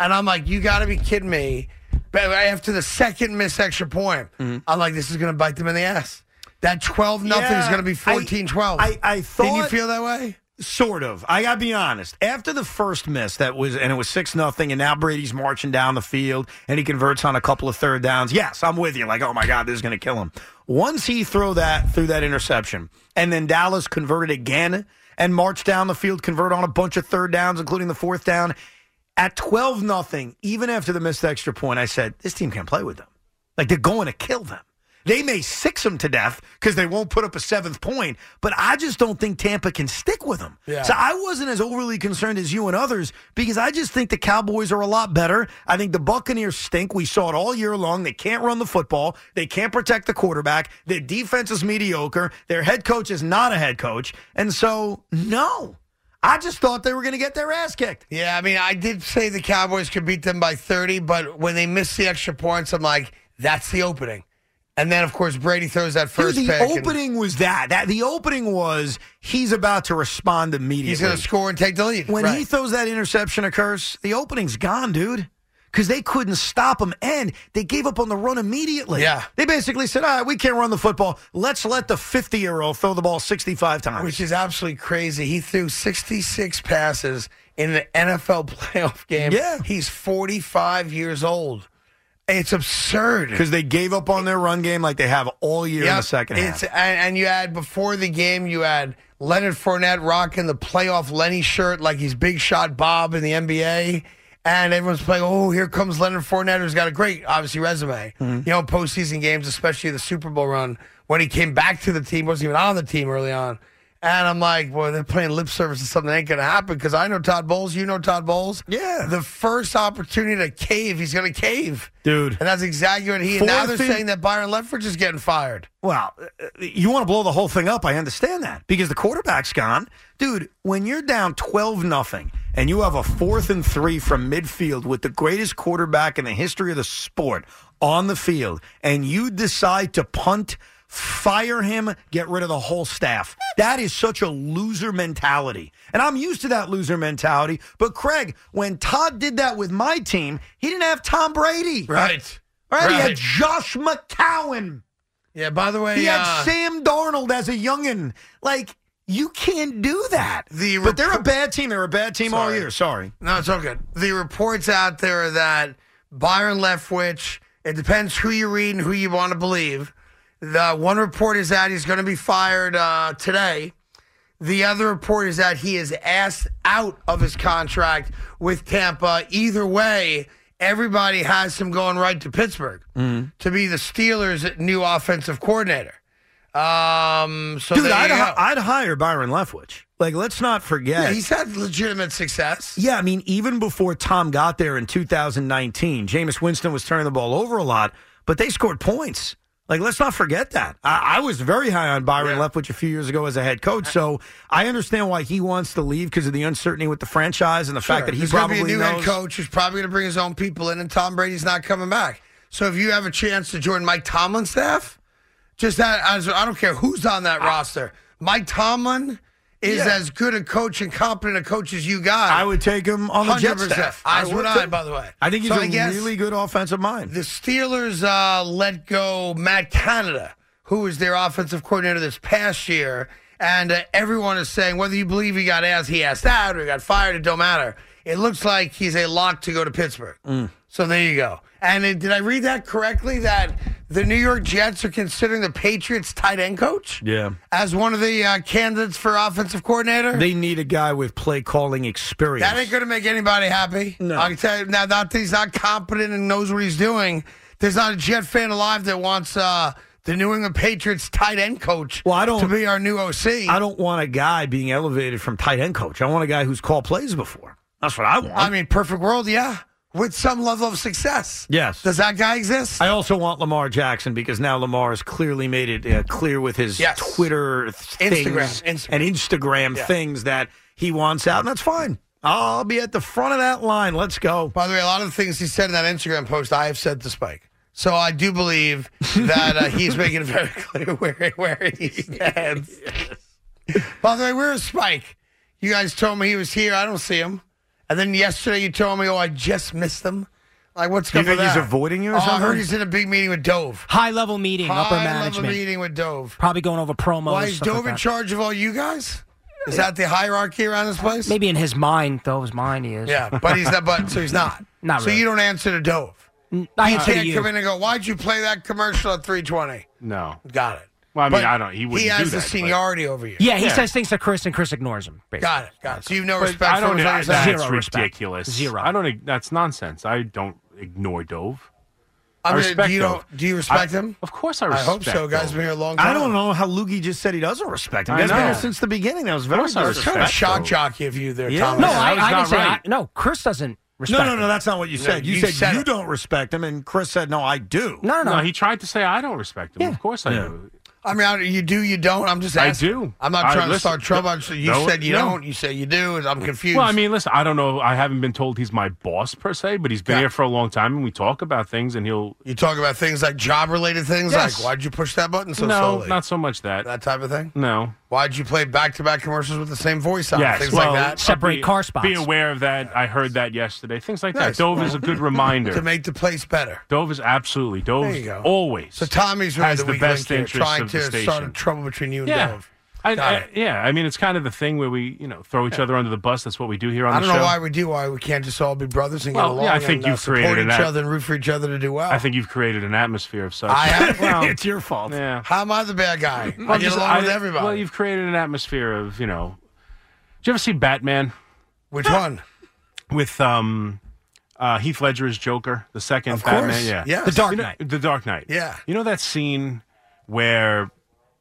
Speaker 1: And I'm like, you got to be kidding me. But after the second missed extra point,
Speaker 2: Mm-hmm.
Speaker 1: I'm like, this is going to bite them in the ass. That 12 nothing is
Speaker 2: Yeah,
Speaker 1: going to be
Speaker 2: I-
Speaker 1: 14 12.
Speaker 2: I- I
Speaker 1: Didn't you
Speaker 2: thought-
Speaker 1: feel that way?
Speaker 2: Sort of. I gotta be honest. After the first miss, that was and it was six nothing, and now Brady's marching down the field and he converts on a couple of third downs. Yes, I'm with you. Like, oh my god, this is gonna kill him. Once he threw that threw that interception, and then Dallas converted again and marched down the field, convert on a bunch of third downs, including the fourth down. At twelve nothing, even after the missed extra point, I said this team can't play with them. Like they're going to kill them. They may six them to death because they won't put up a seventh point, but I just don't think Tampa can stick with them.
Speaker 1: Yeah.
Speaker 2: So I wasn't as overly concerned as you and others because I just think the Cowboys are a lot better. I think the Buccaneers stink. We saw it all year long. They can't run the football. They can't protect the quarterback. Their defense is mediocre. Their head coach is not a head coach. And so, no, I just thought they were going to get their ass kicked.
Speaker 1: Yeah, I mean, I did say the Cowboys could beat them by 30, but when they missed the extra points, I'm like, that's the opening. And then, of course, Brady throws that
Speaker 2: Dude,
Speaker 1: first
Speaker 2: the
Speaker 1: pick. and
Speaker 2: opening was that. That the opening was he's about to respond immediately.
Speaker 1: He's going to score and take the lead.
Speaker 2: when
Speaker 1: Right.
Speaker 2: he throws that interception a curse, the opening's gone, dude. Because they couldn't stop him, and they gave up on the run immediately.
Speaker 1: Yeah.
Speaker 2: they basically said, "All right, we can't run the football. Let's let the fifty-year-old throw the ball sixty-five times."
Speaker 1: which is absolutely crazy. He threw 66 passes in an NFL playoff game.
Speaker 2: Yeah.
Speaker 1: He's 45 years old. It's absurd.
Speaker 2: because they gave up on their run game like they have all year in the
Speaker 1: Yep.
Speaker 2: second
Speaker 1: it's,
Speaker 2: half.
Speaker 1: And, and you had before the game, you had Leonard Fournette rocking the playoff Lenny shirt like he's Big Shot Bob in the NBA. And everyone's playing, oh, here comes Leonard Fournette, who's got a great, obviously, resume.
Speaker 2: Mm-hmm.
Speaker 1: You know, postseason games, especially the Super Bowl run, when he came back to the team, wasn't even on the team early on. And I'm like, well, they're playing lip service to something that ain't going to happen because I know Todd Bowles. You know Todd Bowles.
Speaker 2: Yeah.
Speaker 1: The first opportunity to cave, he's going to cave.
Speaker 2: Dude.
Speaker 1: And that's exactly what he and now they're
Speaker 2: Fourth and-
Speaker 1: saying that Byron Leftwich is getting fired.
Speaker 2: Well, uh, you want to blow the whole thing up. I understand that because the quarterback's gone, dude. When you're down twelve nothing and you have a fourth and three from midfield with the greatest quarterback in the history of the sport on the field, and you decide to punt, fire him, get rid of the whole staff. That is such a loser mentality, and I'm used to that loser mentality. But Craig, when Todd did that with my team, he didn't have Tom Brady.
Speaker 1: Right.
Speaker 2: Right, he had
Speaker 1: Right.
Speaker 2: Josh McCowan.
Speaker 1: Yeah, by the way,
Speaker 2: He
Speaker 1: uh,
Speaker 2: had Sam Darnold as a youngin. Like you can't do that.
Speaker 1: The
Speaker 2: but they're a
Speaker 1: report-
Speaker 2: bad team. They're a bad team all
Speaker 1: Sorry.
Speaker 2: year. Sorry.
Speaker 1: no, it's all good. The reports out there are that Byron Leftwich, it depends who you read and who you want to believe. The one report is that he's going to be fired uh, today. The other report is that he is asked out of his contract with Tampa. Either way, everybody has him going right to Pittsburgh
Speaker 2: Mm-hmm.
Speaker 1: to be the Steelers' new offensive coordinator. Um, so
Speaker 2: Dude,
Speaker 1: there
Speaker 2: I'd,
Speaker 1: you
Speaker 2: hi-
Speaker 1: go.
Speaker 2: I'd hire Byron Leftwich. Like, let's not forget.
Speaker 1: yeah, he's had legitimate success.
Speaker 2: Yeah, I mean, even before Tom got there in 2019, Jameis Winston was turning the ball over a lot, but they scored points. Like, let's not forget that. I, I was very high on Byron Leftwich a few years ago as a head coach, so I understand why he wants to leave because of the uncertainty with the franchise and the fact that he
Speaker 1: There's
Speaker 2: probably
Speaker 1: gonna be a new head
Speaker 2: knows.
Speaker 1: coach who's probably going to bring his own people in, and Tom Brady's not coming back. So if you have a chance to join Mike Tomlin's staff, just that as I don't care who's on that roster, Mike Tomlin is
Speaker 2: Yeah.
Speaker 1: as good a coach and competent a coach as you got.
Speaker 2: I would take him on the Jets
Speaker 1: 100%.
Speaker 2: staff.
Speaker 1: As would I,
Speaker 2: too.
Speaker 1: by the way.
Speaker 2: I think he's
Speaker 1: So
Speaker 2: a
Speaker 1: I guess-
Speaker 2: really good offensive mind.
Speaker 1: the Steelers uh, let go Matt Canada, who was their offensive coordinator this past year, and uh, everyone is saying whether you believe he got asked, he asked out, or he got fired, it don't matter. It looks like he's a lock to go to Pittsburgh. So there you go. And uh, did I read that correctly? That the New York Jets are considering the Patriots tight end coach
Speaker 2: Yeah.
Speaker 1: as one of the uh, candidates for offensive coordinator.
Speaker 2: They need a guy with play calling experience.
Speaker 1: That ain't going to make anybody happy.
Speaker 2: No.
Speaker 1: I can tell you now, not that he's not competent and knows what he's doing. There's not a Jet fan alive that wants uh, the New England Patriots tight end coach
Speaker 2: Well, I don't-
Speaker 1: to be our new OC.
Speaker 2: I don't want a guy being elevated from tight end coach. I want a guy who's called plays before. That's what I want.
Speaker 1: I mean, perfect world, yeah. with some level of success.
Speaker 2: Yes.
Speaker 1: Does that guy exist?
Speaker 2: I also want Lamar Jackson because now Lamar has clearly made it uh, clear with his
Speaker 1: Yes.
Speaker 2: Twitter things
Speaker 1: Instagram, Instagram.
Speaker 2: and Instagram things that he wants out, and that's fine. I'll be at the front of that line. Let's go.
Speaker 1: By the way, a lot of the things he said in that Instagram post, I have said to Spike. So I do believe that uh, he's making it very clear where, where he stands. By the way, where is Spike? You guys told me he was here. I don't see him. And then yesterday you told me, oh, I just missed him. Like, what's
Speaker 4: You
Speaker 1: going on?
Speaker 4: think he's avoiding you or
Speaker 1: oh, I
Speaker 4: something?
Speaker 1: heard he's in a big meeting with Dove.
Speaker 7: High level meeting, upper
Speaker 1: High level
Speaker 7: management.
Speaker 1: meeting with Dove.
Speaker 7: Probably going over promos.
Speaker 1: Why is
Speaker 7: stuff like
Speaker 1: Dove in
Speaker 7: that.
Speaker 1: charge of all you guys? Is that the hierarchy around this place?
Speaker 7: Maybe in his mind, though, his mind he is.
Speaker 1: Yeah, but he's not. But so he's not.
Speaker 7: Not
Speaker 1: so
Speaker 7: really.
Speaker 1: you don't answer to Dove.
Speaker 7: I
Speaker 1: You
Speaker 7: answer to
Speaker 1: can't
Speaker 7: you.
Speaker 1: come in and go, why'd you play that commercial at 320?
Speaker 4: No.
Speaker 1: Got it.
Speaker 4: Well, I mean,
Speaker 1: But
Speaker 4: I don't. He wouldn't
Speaker 1: He has
Speaker 4: do
Speaker 1: the
Speaker 4: that, but-
Speaker 1: seniority over you.
Speaker 7: Yeah, he
Speaker 4: Yeah.
Speaker 7: says things to Chris, and Chris ignores him. Basically.
Speaker 1: Got it. Got it. So you have no
Speaker 4: But
Speaker 1: respect
Speaker 4: I
Speaker 1: for
Speaker 4: don't.
Speaker 1: him.
Speaker 4: I,
Speaker 1: as long as
Speaker 4: that's
Speaker 1: that-
Speaker 7: Zero respect.
Speaker 4: ridiculous.
Speaker 7: Zero.
Speaker 4: I don't. e, That's nonsense. I don't ignore Dove.
Speaker 1: I
Speaker 4: I
Speaker 1: mean,
Speaker 4: respect
Speaker 1: do you
Speaker 4: Dove.
Speaker 1: don't- do you respect
Speaker 4: I-
Speaker 1: him?
Speaker 4: Of course, I
Speaker 1: I
Speaker 4: respect.
Speaker 1: hope so. Guys,
Speaker 4: Dove.
Speaker 1: been here a long time.
Speaker 2: I don't know how Loogie just said he doesn't respect him.
Speaker 4: I
Speaker 2: He's been
Speaker 4: know.
Speaker 2: here since the beginning. That was very
Speaker 4: course I
Speaker 2: disrespectful.
Speaker 1: Kind of
Speaker 4: respect
Speaker 1: shock
Speaker 4: Dove.
Speaker 1: jockey of you there,
Speaker 2: Yeah.
Speaker 1: Tom.
Speaker 7: No,
Speaker 4: Yeah,
Speaker 7: I,
Speaker 4: that was
Speaker 7: I didn't
Speaker 4: not
Speaker 7: say
Speaker 4: right.
Speaker 7: I, no. Chris doesn't respect.
Speaker 2: No, no, no.
Speaker 7: him.
Speaker 2: That's not what you said. you,
Speaker 1: you
Speaker 2: said,
Speaker 1: said
Speaker 2: you
Speaker 1: it.
Speaker 2: don't respect him, and Chris said, no, I do.
Speaker 7: no, no,
Speaker 4: No,
Speaker 7: no.
Speaker 4: he tried to say I don't respect him. Of course, I do.
Speaker 1: I mean, I, you do, you don't. I'm just
Speaker 4: I
Speaker 1: asking.
Speaker 4: do.
Speaker 1: I'm not
Speaker 4: I-
Speaker 1: trying to
Speaker 4: listen,
Speaker 1: start trouble.
Speaker 4: no-
Speaker 1: I'm just- you
Speaker 4: no,
Speaker 1: said you
Speaker 4: no.
Speaker 1: don't. You said you do. and I'm confused.
Speaker 4: Well, I mean, listen, I don't know. I haven't been told he's my boss per se, but he's been
Speaker 1: Yeah.
Speaker 4: here for a long time, and we talk about things, and he'll.
Speaker 1: you talk about things like job related things,
Speaker 4: Yes.
Speaker 1: like why'd you push that button so
Speaker 4: no,
Speaker 1: slowly?
Speaker 4: not so much that.
Speaker 1: that type of thing.
Speaker 4: no.
Speaker 1: Why'd you play back to back commercials with the same voice on?
Speaker 4: Yes.
Speaker 1: Ah, Things
Speaker 4: Well,
Speaker 1: like that.
Speaker 7: Separate
Speaker 4: Be-
Speaker 7: car spots.
Speaker 4: Be aware of that. I heard that yesterday. Things like
Speaker 1: Nice.
Speaker 4: that. Dove is a good
Speaker 1: To
Speaker 4: reminder.
Speaker 1: make the place better.
Speaker 4: Dove is absolutely.
Speaker 1: There
Speaker 4: Dove
Speaker 1: you go.
Speaker 4: always.
Speaker 1: So Tommy's really
Speaker 4: has
Speaker 1: the,
Speaker 4: the
Speaker 1: weak
Speaker 4: best
Speaker 1: link
Speaker 4: interests
Speaker 1: here, trying
Speaker 4: of
Speaker 1: to
Speaker 4: the
Speaker 1: start a
Speaker 4: station.
Speaker 1: trouble between you and
Speaker 4: Yeah.
Speaker 1: Dove.
Speaker 4: I,
Speaker 1: Got
Speaker 4: I-
Speaker 1: it.
Speaker 4: yeah, I mean, it's kind of the thing where we, you know, throw each other under the bus. That's what we do here
Speaker 1: I
Speaker 4: on the
Speaker 1: don't
Speaker 4: show.
Speaker 1: know why we do. Why we can't just all be brothers and get
Speaker 4: Well,
Speaker 1: along?
Speaker 4: yeah, I think
Speaker 1: and, uh,
Speaker 4: you've created
Speaker 1: support each
Speaker 4: that.
Speaker 1: other and root for each other to do well.
Speaker 4: I think you've created an atmosphere of such.
Speaker 1: I have.
Speaker 2: it's your fault.
Speaker 4: yeah.
Speaker 1: How am I the bad guy? I get
Speaker 4: just-
Speaker 1: along
Speaker 4: I-
Speaker 1: with everybody.
Speaker 4: Well, you've created an atmosphere of, you know. Did you ever see Batman
Speaker 1: Which one?
Speaker 4: with um, uh, Heath Ledger as Joker, the second
Speaker 1: Of
Speaker 4: Batman?
Speaker 1: course.
Speaker 4: Yeah.
Speaker 1: Yes.
Speaker 7: the Dark
Speaker 4: You know-
Speaker 7: Knight.
Speaker 4: The Dark Knight.
Speaker 1: Yeah.
Speaker 4: You know that scene where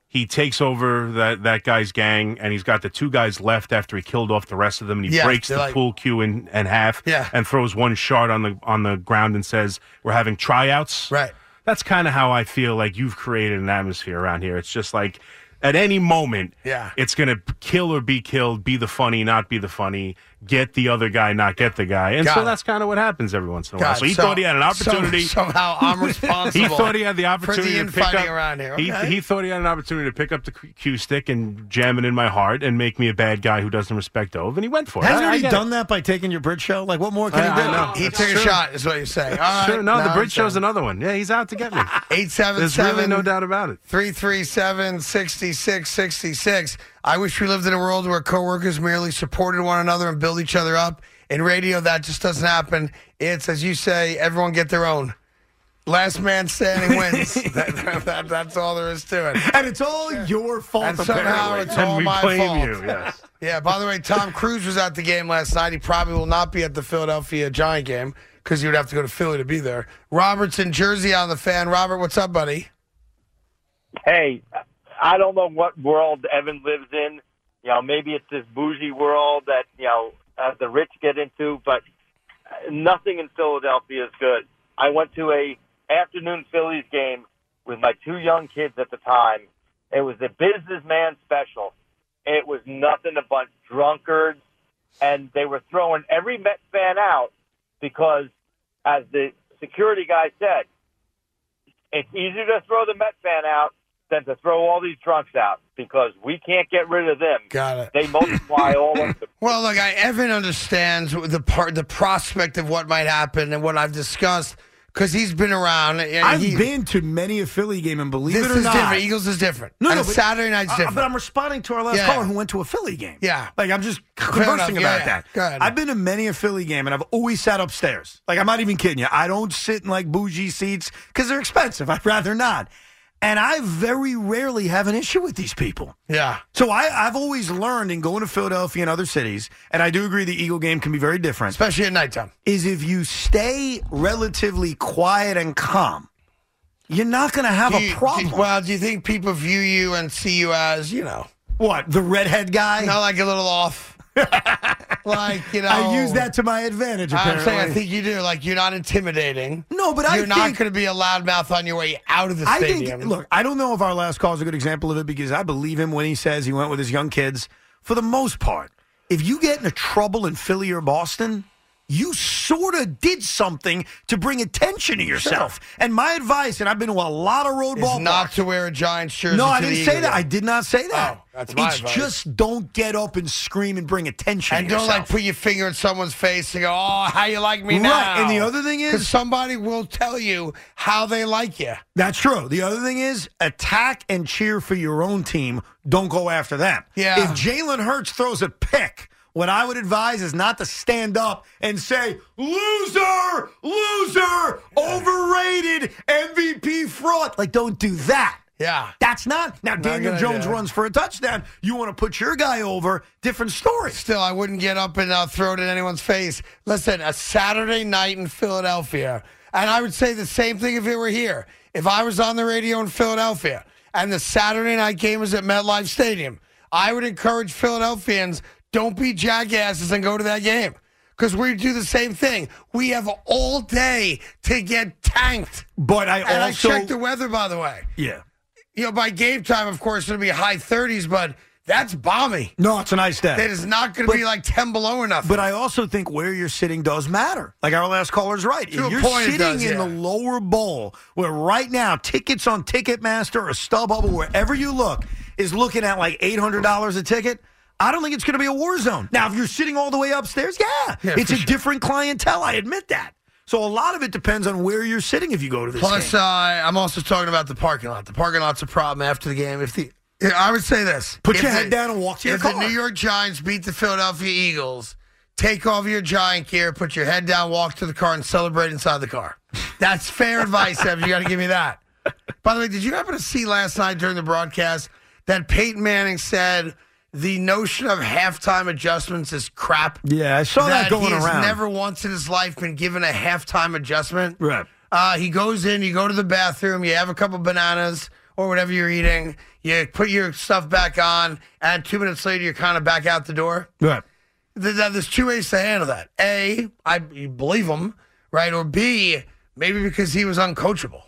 Speaker 4: he takes over that, that guy's gang and he's got the two guys left after he killed off the rest of them and he
Speaker 1: Yes,
Speaker 4: breaks
Speaker 1: they're
Speaker 4: the
Speaker 1: like-
Speaker 4: pool cue in, in half
Speaker 1: Yeah.
Speaker 4: and throws one shard on the on the ground and says, We're having tryouts.
Speaker 1: Right.
Speaker 4: That's kind of how I feel like you've created an atmosphere around here. It's just like at any moment,
Speaker 1: Yeah.
Speaker 4: it's going to kill or be killed, be the funny, not be the funny, get the other guy, not get the guy. And
Speaker 1: Got
Speaker 4: so
Speaker 1: it.
Speaker 4: that's kind of what happens every once in a while.
Speaker 1: God,
Speaker 4: So he thought he had an
Speaker 1: so-
Speaker 4: opportunity.
Speaker 1: somehow I'm responsible.
Speaker 4: He thought he had the opportunity
Speaker 1: for the
Speaker 4: to pick
Speaker 1: infighting
Speaker 4: up.
Speaker 1: around here.
Speaker 4: he,
Speaker 1: Okay.
Speaker 4: he thought he had an opportunity to pick up the Q cue stick and jam it in my heart and make me a bad guy who doesn't respect Dove, and he went for it.
Speaker 2: Hasn't
Speaker 4: I- I
Speaker 2: he
Speaker 4: get
Speaker 2: done that by taking your bridge show? Like, what more can
Speaker 4: I-
Speaker 2: he
Speaker 4: I
Speaker 2: do?
Speaker 4: know.
Speaker 1: He
Speaker 4: That's
Speaker 1: took a
Speaker 4: true.
Speaker 1: shot, is what you're saying. All
Speaker 4: it. Sure,
Speaker 1: right,
Speaker 4: no, the
Speaker 1: now
Speaker 4: bridge
Speaker 1: I'm
Speaker 4: show's another one. Yeah, he's out to get me. There's really
Speaker 1: 877
Speaker 4: no doubt about it.
Speaker 1: 337 6666. I wish we lived in a world where coworkers merely supported one another and build each other up. In radio, that just doesn't happen. It's, as you say, everyone get their own. Last man standing wins. That- that- that- that's all there is to it.
Speaker 2: And it's all your fault.
Speaker 1: And somehow
Speaker 2: apparently.
Speaker 1: it's
Speaker 4: and
Speaker 1: all
Speaker 4: we
Speaker 1: my
Speaker 4: blame
Speaker 1: fault.
Speaker 4: you. Yes.
Speaker 1: Yeah, by the way, Tom Cruise was at the game last night. He probably will not be at the Philadelphia Giant game because he would have to go to Philly to be there. Robert's in Jersey on the fan. Robert, what's up, buddy?
Speaker 8: hey, I don't know what world Evan lives in. You know, maybe it's this bougie world that you know uh, the rich get into, but nothing in Philadelphia is good. I went to a afternoon Phillies game with my two young kids at the time. It was a businessman special. It was nothing but drunkards, and they were throwing every Met fan out because, as the security guy said, it's easier to throw the Met fan out than to throw all these drunks out because we can't get rid of them.
Speaker 1: Got it.
Speaker 8: They multiply all of the
Speaker 1: Well, look, I, Evan understands the part, the prospect of what might happen and what I've discussed because he's been around. and
Speaker 2: I've
Speaker 1: he-
Speaker 2: been to many a Philly game, and believe
Speaker 1: This
Speaker 2: it or
Speaker 1: is
Speaker 2: not,
Speaker 1: different. Eagles is different.
Speaker 2: No,
Speaker 1: and
Speaker 2: no,
Speaker 1: a
Speaker 2: but-
Speaker 1: Saturday night's
Speaker 2: Uh,
Speaker 1: different.
Speaker 2: but I'm responding to our last
Speaker 1: Yeah.
Speaker 2: caller who went to a Philly game.
Speaker 1: Yeah.
Speaker 2: like I'm just
Speaker 1: enough.
Speaker 2: conversing
Speaker 1: Yeah,
Speaker 2: about
Speaker 1: yeah.
Speaker 2: that.
Speaker 1: Go ahead.
Speaker 2: I've been to many a Philly game, and I've always sat upstairs. Like I'm not even kidding you. I don't sit in like bougie seats because they're expensive. I'd rather not. And I very rarely have an issue with these people.
Speaker 1: yeah,
Speaker 2: So I, I've always learned in going to Philadelphia and other cities, and I do agree the Eagle game can be very different
Speaker 1: especially at nighttime.
Speaker 2: is if you stay relatively quiet and calm, you're not going to have
Speaker 1: Do you-
Speaker 2: a
Speaker 1: do-
Speaker 2: problem.
Speaker 1: well, do you think people view you and see you as, you know,
Speaker 2: what the redhead guy?
Speaker 1: not like a little off? Like you know,
Speaker 2: I use that to my advantage.
Speaker 1: Oh. I'm
Speaker 2: Apparently,
Speaker 1: saying I think you do. Like you're not intimidating.
Speaker 2: no, but I
Speaker 1: you're
Speaker 2: think
Speaker 1: not going to be a loudmouth on your way out of the
Speaker 2: I
Speaker 1: stadium.
Speaker 2: think. Look, I don't know if our last call is a good example of it because I believe him when he says he went with his young kids. For the most part, if you get into trouble in Philly or Boston, you sort of did something to bring attention to yourself. And my advice, and I've been to a lot of road
Speaker 1: is
Speaker 2: ball
Speaker 1: not to wear a Giants jersey.
Speaker 2: No,
Speaker 1: to
Speaker 2: I
Speaker 1: the
Speaker 2: didn't say
Speaker 1: Eagle
Speaker 2: that. I
Speaker 1: game.
Speaker 2: did not say that.
Speaker 1: Oh, that's my
Speaker 2: It's
Speaker 1: advice.
Speaker 2: just don't get up and scream and bring attention.
Speaker 1: And
Speaker 2: to
Speaker 1: don't like
Speaker 2: yourself.
Speaker 1: put your finger in someone's face and go, "Oh, how you like me
Speaker 2: Right,
Speaker 1: now?"
Speaker 2: and the other thing is-
Speaker 1: 'Cause somebody will tell you how they like you.
Speaker 2: That's true. The other thing is attack and cheer for your own team. Don't go after them.
Speaker 1: Yeah.
Speaker 2: If Jalen Hurts throws a pick, what I would advise is not to stand up and say, loser, loser, overrated, MVP fraud. Like, don't do that.
Speaker 1: Yeah.
Speaker 2: That's not. Now, Daniel
Speaker 1: good
Speaker 2: Jones
Speaker 1: idea.
Speaker 2: runs for a touchdown. You want to put your guy over. Different story.
Speaker 1: Still, I wouldn't get up and uh, throw it in anyone's face. Listen, a Saturday night in Philadelphia, and I would say the same thing if it were here. If I was on the radio in Philadelphia and the Saturday night game was at MetLife Stadium, I would encourage Philadelphians don't be jackasses and go to that game because we do the same thing. We have all day to get tanked.
Speaker 2: But I
Speaker 1: And
Speaker 2: also.
Speaker 1: I checked the weather, by the way.
Speaker 2: yeah.
Speaker 1: You know, by game time, of course, it'll be high 30s, but that's balmy.
Speaker 2: No, it's a nice day.
Speaker 1: It is not going to be like 10 below or nothing.
Speaker 2: But I also think where you're sitting does matter. Like our last caller's right.
Speaker 1: To a
Speaker 2: if you're
Speaker 1: point, it
Speaker 2: sitting
Speaker 1: does,
Speaker 2: in
Speaker 1: yeah.
Speaker 2: the lower bowl, where right now tickets on Ticketmaster or StubHub or wherever you look is looking at like eight hundred dollars a ticket. I don't think it's going to be a war zone. Now, if you're sitting all the way upstairs, yeah,
Speaker 1: Yeah,
Speaker 2: it's
Speaker 1: for
Speaker 2: a
Speaker 1: sure.
Speaker 2: different clientele. I admit that. So a lot of it depends on where you're sitting if you go to this.
Speaker 1: Plus,
Speaker 2: game.
Speaker 1: uh, I'm also talking about the parking lot. The parking lot's a problem after the game. If the yeah, I would say this:
Speaker 2: Put
Speaker 1: If
Speaker 2: your
Speaker 1: the-
Speaker 2: head down and walk to your
Speaker 1: if
Speaker 2: car.
Speaker 1: the New York Giants beat the Philadelphia Eagles, take off your Giant gear, put your head down, walk to the car, and celebrate inside the car. That's fair advice, Ev. You got to give me that. By the way, did you happen to see last night during the broadcast that Peyton Manning said the notion of halftime adjustments is crap?
Speaker 2: yeah, I saw that, going
Speaker 1: he has
Speaker 2: around.
Speaker 1: uh, never once in his life been given a halftime adjustment.
Speaker 2: Right.
Speaker 1: Uh, he goes in, you go to the bathroom, you have a couple bananas or whatever you're eating, you put your stuff back on, and two minutes later, you're kind of back out the door.
Speaker 2: right.
Speaker 1: Th- th- There's two ways to handle that. A, I you believe him, right? Or B, maybe because he was uncoachable.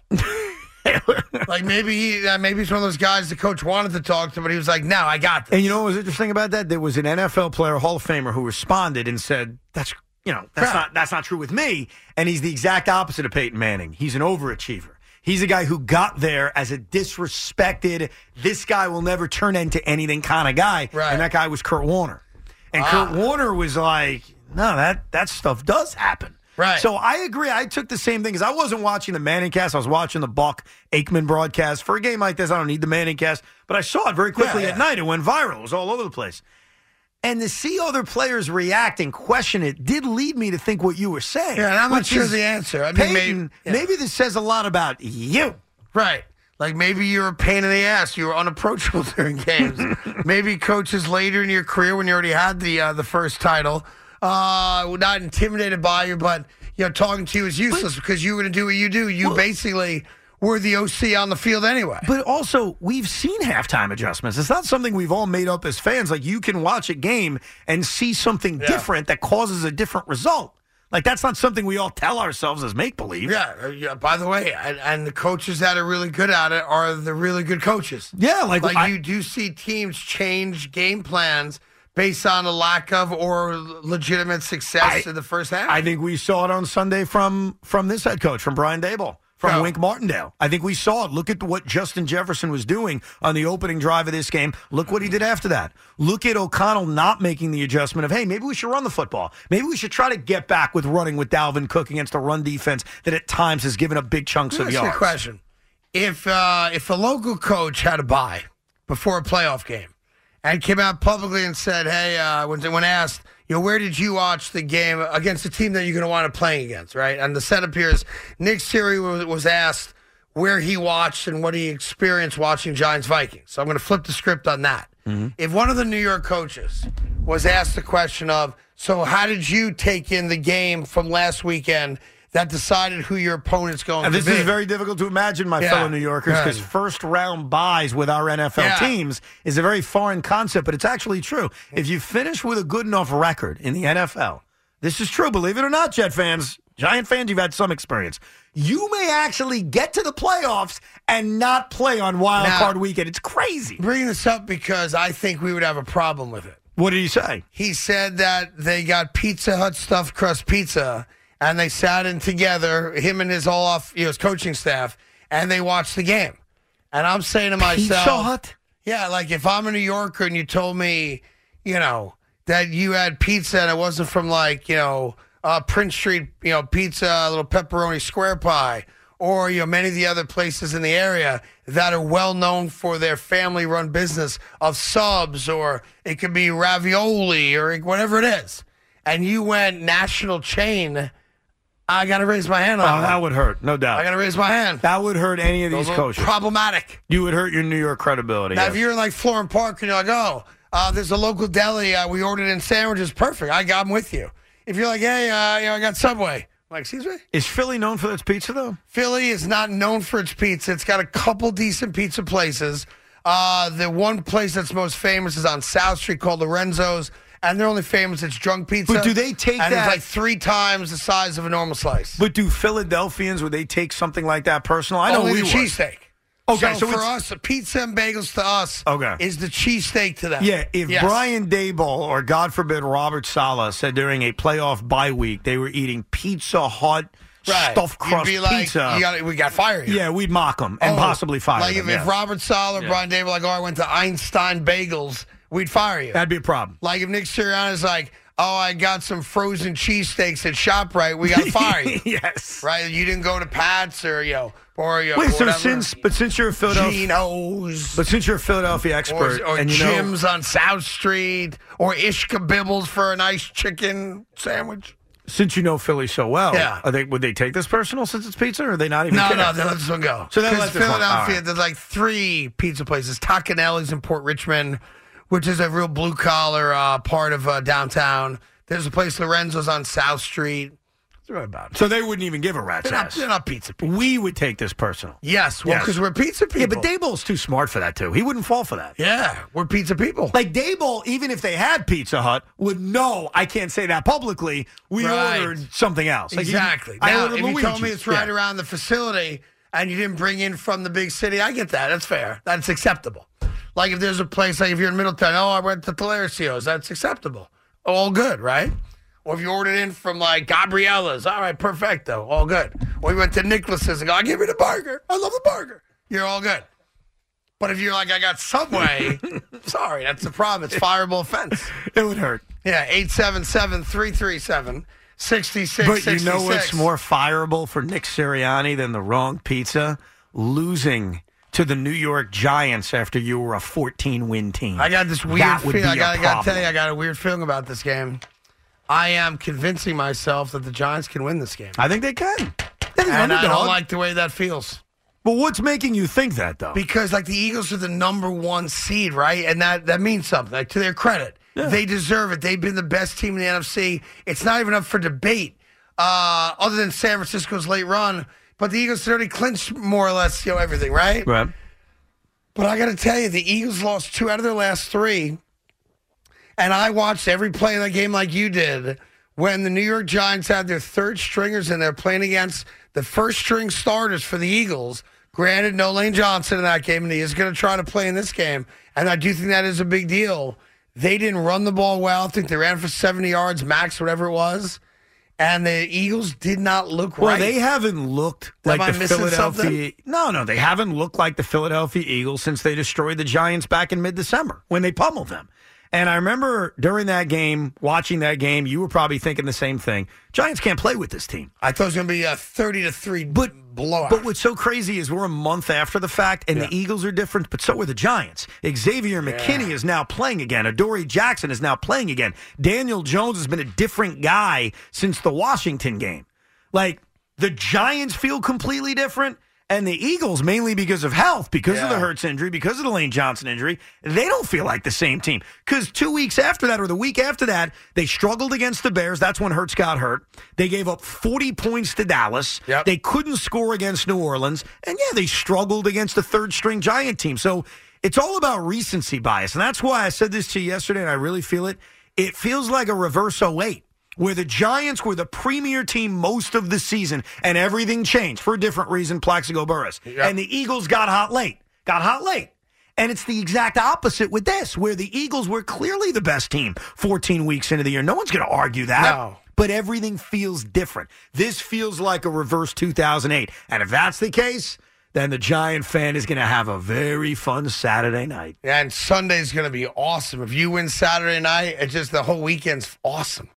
Speaker 1: like maybe he, uh, maybe he's one of those guys the coach wanted to talk to, but he was like, "No, I got this."
Speaker 2: And you know what was interesting about that? There was an NFL player, Hall of Famer, who responded and said, "That's you know that's
Speaker 1: Crap.
Speaker 2: not that's not true with me." And he's the exact opposite of Peyton Manning. He's an overachiever. He's a guy who got there as a disrespected, this guy will never turn into anything kind of guy.
Speaker 1: Right. Ah.
Speaker 2: And that guy was Kurt Warner. And Kurt Warner was like, "No, that that stuff does happen."
Speaker 1: Right.
Speaker 2: So I agree. I took the same thing because I wasn't watching the Manning cast. I was watching the Buck Aikman broadcast. For a game like this, I don't need the Manning cast, but I saw it very quickly
Speaker 1: Yeah, yeah.
Speaker 2: at night. It went viral. It was all over the place. And to see other players react and question it did lead me to think what you were saying.
Speaker 1: Yeah, and I'm not
Speaker 2: which
Speaker 1: sure
Speaker 2: is,
Speaker 1: the answer. I mean,
Speaker 2: Peyton, maybe,
Speaker 1: yeah.
Speaker 2: this says a lot about you.
Speaker 1: Right. Like maybe you're a pain in the ass. You were unapproachable during games. maybe coaches later in your career, when you already had the uh, the first title, uh, were not intimidated by you, but you know talking to you is useless because you were going to do what you do. You basically were the OC on the field anyway.
Speaker 2: But also, we've seen halftime adjustments. It's not something we've all made up as fans. Like, you can watch a game and see something different that causes a different result. Like, that's not something we all tell ourselves as make believe.
Speaker 1: yeah, uh, yeah. By the way, and, and the coaches that are really good at it are the really good coaches.
Speaker 2: Yeah, like,
Speaker 1: like
Speaker 2: I-
Speaker 1: you do see teams change game plans based on a lack of or legitimate success
Speaker 2: I-
Speaker 1: in the first half.
Speaker 2: I think we saw it on Sunday from from this head coach, from Brian Dable, from
Speaker 1: Yeah.
Speaker 2: Wink Martindale. I think we saw it. Look at what Justin Jefferson was doing on the opening drive of this game. Look what he did after that. Look at O'Connell not making the adjustment of, hey, maybe we should run the football. Maybe we should try to get back with running with Dalvin Cook against a run defense that at times has given up big chunks
Speaker 1: Let
Speaker 2: of
Speaker 1: me ask you
Speaker 2: yards.
Speaker 1: a question. If uh, if a local coach had a bye before a playoff game and came out publicly and said, "Hey," uh, when when asked, "You know, where did you watch the game against the team that you're going to want to play against?" Right, and the setup here is Nick Siri was, was asked where he watched and what he experienced watching Giants Vikings. So I'm going to flip the script on that.
Speaker 2: Mm-hmm.
Speaker 1: If one of the New York coaches was asked the question of, "So how did you take in the game from last weekend?" that decided who your opponent's going
Speaker 2: And
Speaker 1: to
Speaker 2: this
Speaker 1: be.
Speaker 2: is very difficult to imagine, my
Speaker 1: Yeah.
Speaker 2: fellow New Yorkers, because
Speaker 1: Good.
Speaker 2: first round buys with our NFL
Speaker 1: Yeah.
Speaker 2: teams is a very foreign concept, but it's actually true. If you finish with a good enough record in the NFL, this is true, believe it or not, Jet fans, Giant fans, you've had some experience. You may actually get to the playoffs and not play on wild
Speaker 1: Now-
Speaker 2: card weekend. It's crazy.
Speaker 1: bringing this up because I think we would have a problem with it.
Speaker 2: What did he say?
Speaker 1: He said that they got Pizza Hut stuffed crust pizza, and they sat in together, him and his all off, you know, his coaching staff, and they watched the game. And I'm saying to myself,
Speaker 2: Hut?
Speaker 1: Yeah, like if I'm a New Yorker and you told me, you know, that you had pizza and it wasn't from like, you know, uh, Prince Street, you know, pizza, a little pepperoni square pie, or, you know, many of the other places in the area that are well known for their family run business of subs, or it could be ravioli or whatever it is. And you went national chain, I got to raise my hand on
Speaker 2: Oh,
Speaker 1: that.
Speaker 2: that would hurt, no doubt.
Speaker 1: I got to raise my hand.
Speaker 2: that would hurt any of these coaches.
Speaker 1: Problematic.
Speaker 2: you would hurt your New York credibility.
Speaker 1: Now,
Speaker 2: yes.
Speaker 1: if you're in like Florham Park and you're like, oh, uh, there's a local deli, uh, we ordered in sandwiches, perfect. I got them with you. If you're like, hey, uh, you know, I got Subway, I'm like, excuse me?
Speaker 2: Is Philly known for its pizza, though?
Speaker 1: Philly is not known for its pizza. It's got a couple decent pizza places. Uh, the one place that's most famous is on South Street called Lorenzo's, and they're only famous it's drunk pizza.
Speaker 2: But do they take
Speaker 1: and
Speaker 2: that-
Speaker 1: It's like three times the size of a normal slice.
Speaker 2: But do Philadelphians would they take something like that personal? I know
Speaker 1: only
Speaker 2: we
Speaker 1: the
Speaker 2: would.
Speaker 1: cheesesteak.
Speaker 2: Okay,
Speaker 1: so,
Speaker 2: so
Speaker 1: for
Speaker 2: it's-
Speaker 1: us, pizza and bagels to us
Speaker 2: Okay.
Speaker 1: is the cheesesteak to them.
Speaker 2: Yeah, if
Speaker 1: Yes.
Speaker 2: Brian Dayball or God forbid Robert Sala said during a playoff bye week they were eating Pizza Hut
Speaker 1: Right.
Speaker 2: stuffed crust
Speaker 1: You'd be like,
Speaker 2: pizza,
Speaker 1: You got we got fired.
Speaker 2: yeah, we'd mock them and possibly fire
Speaker 1: Like
Speaker 2: them.
Speaker 1: if,
Speaker 2: yeah.
Speaker 1: if Robert Sala or Brian Day were like, "Oh, I went to Einstein Bagels," we'd fire you.
Speaker 2: That'd be a problem.
Speaker 1: like if Nick Sirianni's like, "Oh, I got some frozen cheesesteaks at Shoprite," we got to fire you.
Speaker 2: yes.
Speaker 1: Right? You didn't go to Pat's or you know, or you know,
Speaker 2: Wait, so
Speaker 1: whatever.
Speaker 2: since but since you're a Philadelphia,
Speaker 1: Geno's.
Speaker 2: but since you're a Philadelphia
Speaker 1: or,
Speaker 2: expert
Speaker 1: or
Speaker 2: and you know-
Speaker 1: Jim's on South Street, or Ishka Bibbles for a nice chicken sandwich.
Speaker 2: since you know Philly so well,
Speaker 1: Yeah.
Speaker 2: are they would they take this personal since it's pizza? Or are they not even?
Speaker 1: No,
Speaker 2: care?
Speaker 1: no, they let this one go.
Speaker 2: So they let
Speaker 1: 'Cause
Speaker 2: this one- all
Speaker 1: Philadelphia,
Speaker 2: right.
Speaker 1: there's like three pizza places. Tacanelli's in Port Richmond, which is a real blue collar uh, part of uh, downtown. There's a place Lorenzo's on South Street. That's really about it.
Speaker 2: So they wouldn't even give a rat's
Speaker 1: They're not,
Speaker 2: ass.
Speaker 1: they're not pizza people.
Speaker 2: We would take this personal.
Speaker 1: Yes, well,
Speaker 2: Yes.
Speaker 1: because we're pizza people.
Speaker 2: Yeah, but Dayball's too smart for that too. He wouldn't fall for that.
Speaker 1: yeah, we're pizza people.
Speaker 2: Like Dayball, even if they had Pizza Hut, would know I can't say that publicly. We
Speaker 1: Right.
Speaker 2: ordered something else. Like,
Speaker 1: exactly.
Speaker 2: I
Speaker 1: now,
Speaker 2: ordered
Speaker 1: if you told me
Speaker 2: Luigi's.
Speaker 1: it's right
Speaker 2: Yeah.
Speaker 1: around the facility and you didn't bring in from the big city, I get that. That's fair. That's acceptable. Like if there's a place, like if you're in Middletown, oh, I went to Talercio's. That's acceptable. All good, right? Or if you ordered in from like Gabriella's, all right, perfecto, all good. Or you went to Nicholas's and go, I give me the burger. I love the burger. You're all good. But if you're like, I got Subway, sorry, that's the problem. It's fireable offense.
Speaker 2: It would hurt.
Speaker 1: Yeah, 877 337
Speaker 2: But
Speaker 1: 6666.
Speaker 2: you know what's more fireable for Nick Sirianni than the wrong pizza? Losing to the New York Giants after you were a 14 win team.
Speaker 1: I got this weird
Speaker 2: That would
Speaker 1: feeling.
Speaker 2: be
Speaker 1: I got,
Speaker 2: a
Speaker 1: I got to
Speaker 2: problem.
Speaker 1: tell you, I got a weird feeling about this game. I am convincing myself that the Giants can win this game.
Speaker 2: I think they can. They're the
Speaker 1: And I
Speaker 2: underdog.
Speaker 1: don't like the way that feels.
Speaker 2: but what's making you think that though?
Speaker 1: Because, like, the Eagles are the number one seed, right? And that, that means something. Like, to their credit, they deserve it. They've been the best team in the NFC. It's not even up for debate, uh, other than San Francisco's late run. But the Eagles already clinched more or less, you know, everything, right?
Speaker 2: right.
Speaker 1: But I got to tell you, the Eagles lost two out of their last three. And I watched every play of that game like you did when the New York Giants had their third stringers and they're playing against the first string starters for the Eagles. Granted, no Lane Johnson in that game, and he is going to try to play in this game. And I do think that is a big deal. They didn't run the ball well. I think they ran for 70 yards, max, whatever it was. And the Eagles did not look
Speaker 2: Well,
Speaker 1: right.
Speaker 2: they haven't looked
Speaker 1: Am
Speaker 2: like
Speaker 1: I
Speaker 2: the
Speaker 1: missing
Speaker 2: Philadelphia.
Speaker 1: something?
Speaker 2: No, no, they haven't looked like the Philadelphia Eagles since they destroyed the Giants back in mid-December when they pummeled them. And I remember during that game, watching that game, you were probably thinking the same thing. Giants can't play with this team.
Speaker 1: I thought it was going to be a 30 to 3
Speaker 2: But-
Speaker 1: blowout.
Speaker 2: But what's so crazy is we're a month after the fact, and the Eagles are different, but so are the Giants. Xavier McKinney is now playing again. Adoree Jackson is now playing again. Daniel Jones has been a different guy since the Washington game. Like, the Giants feel completely different, And the Eagles, mainly because of health, because of the
Speaker 1: Yeah.
Speaker 2: Hurts injury, because of the Lane Johnson injury, they don't feel like the same team. Because two weeks after that, or the week after that, they struggled against the Bears. That's when Hurts got hurt. They gave up 40 points to Dallas.
Speaker 1: Yep.
Speaker 2: They couldn't score against New Orleans. And yeah, they struggled against the third string Giant team. So it's all about recency bias. And that's why I said this to you yesterday, and I really feel it. It feels like a reverse 08 where the Giants were the premier team most of the season, and everything changed for a different reason, Plaxico Burris. And the Eagles got hot late, got hot late. And it's the exact opposite with this, where the Eagles were clearly the best team 14 weeks into the year. No one's going to argue that.
Speaker 1: No.
Speaker 2: But everything feels different. This feels like a reverse 2008. And if that's the case, then the Giant fan is going to have a very fun Saturday night.
Speaker 1: And Sunday's going to be awesome. If you win Saturday night, it's just the whole weekend's awesome.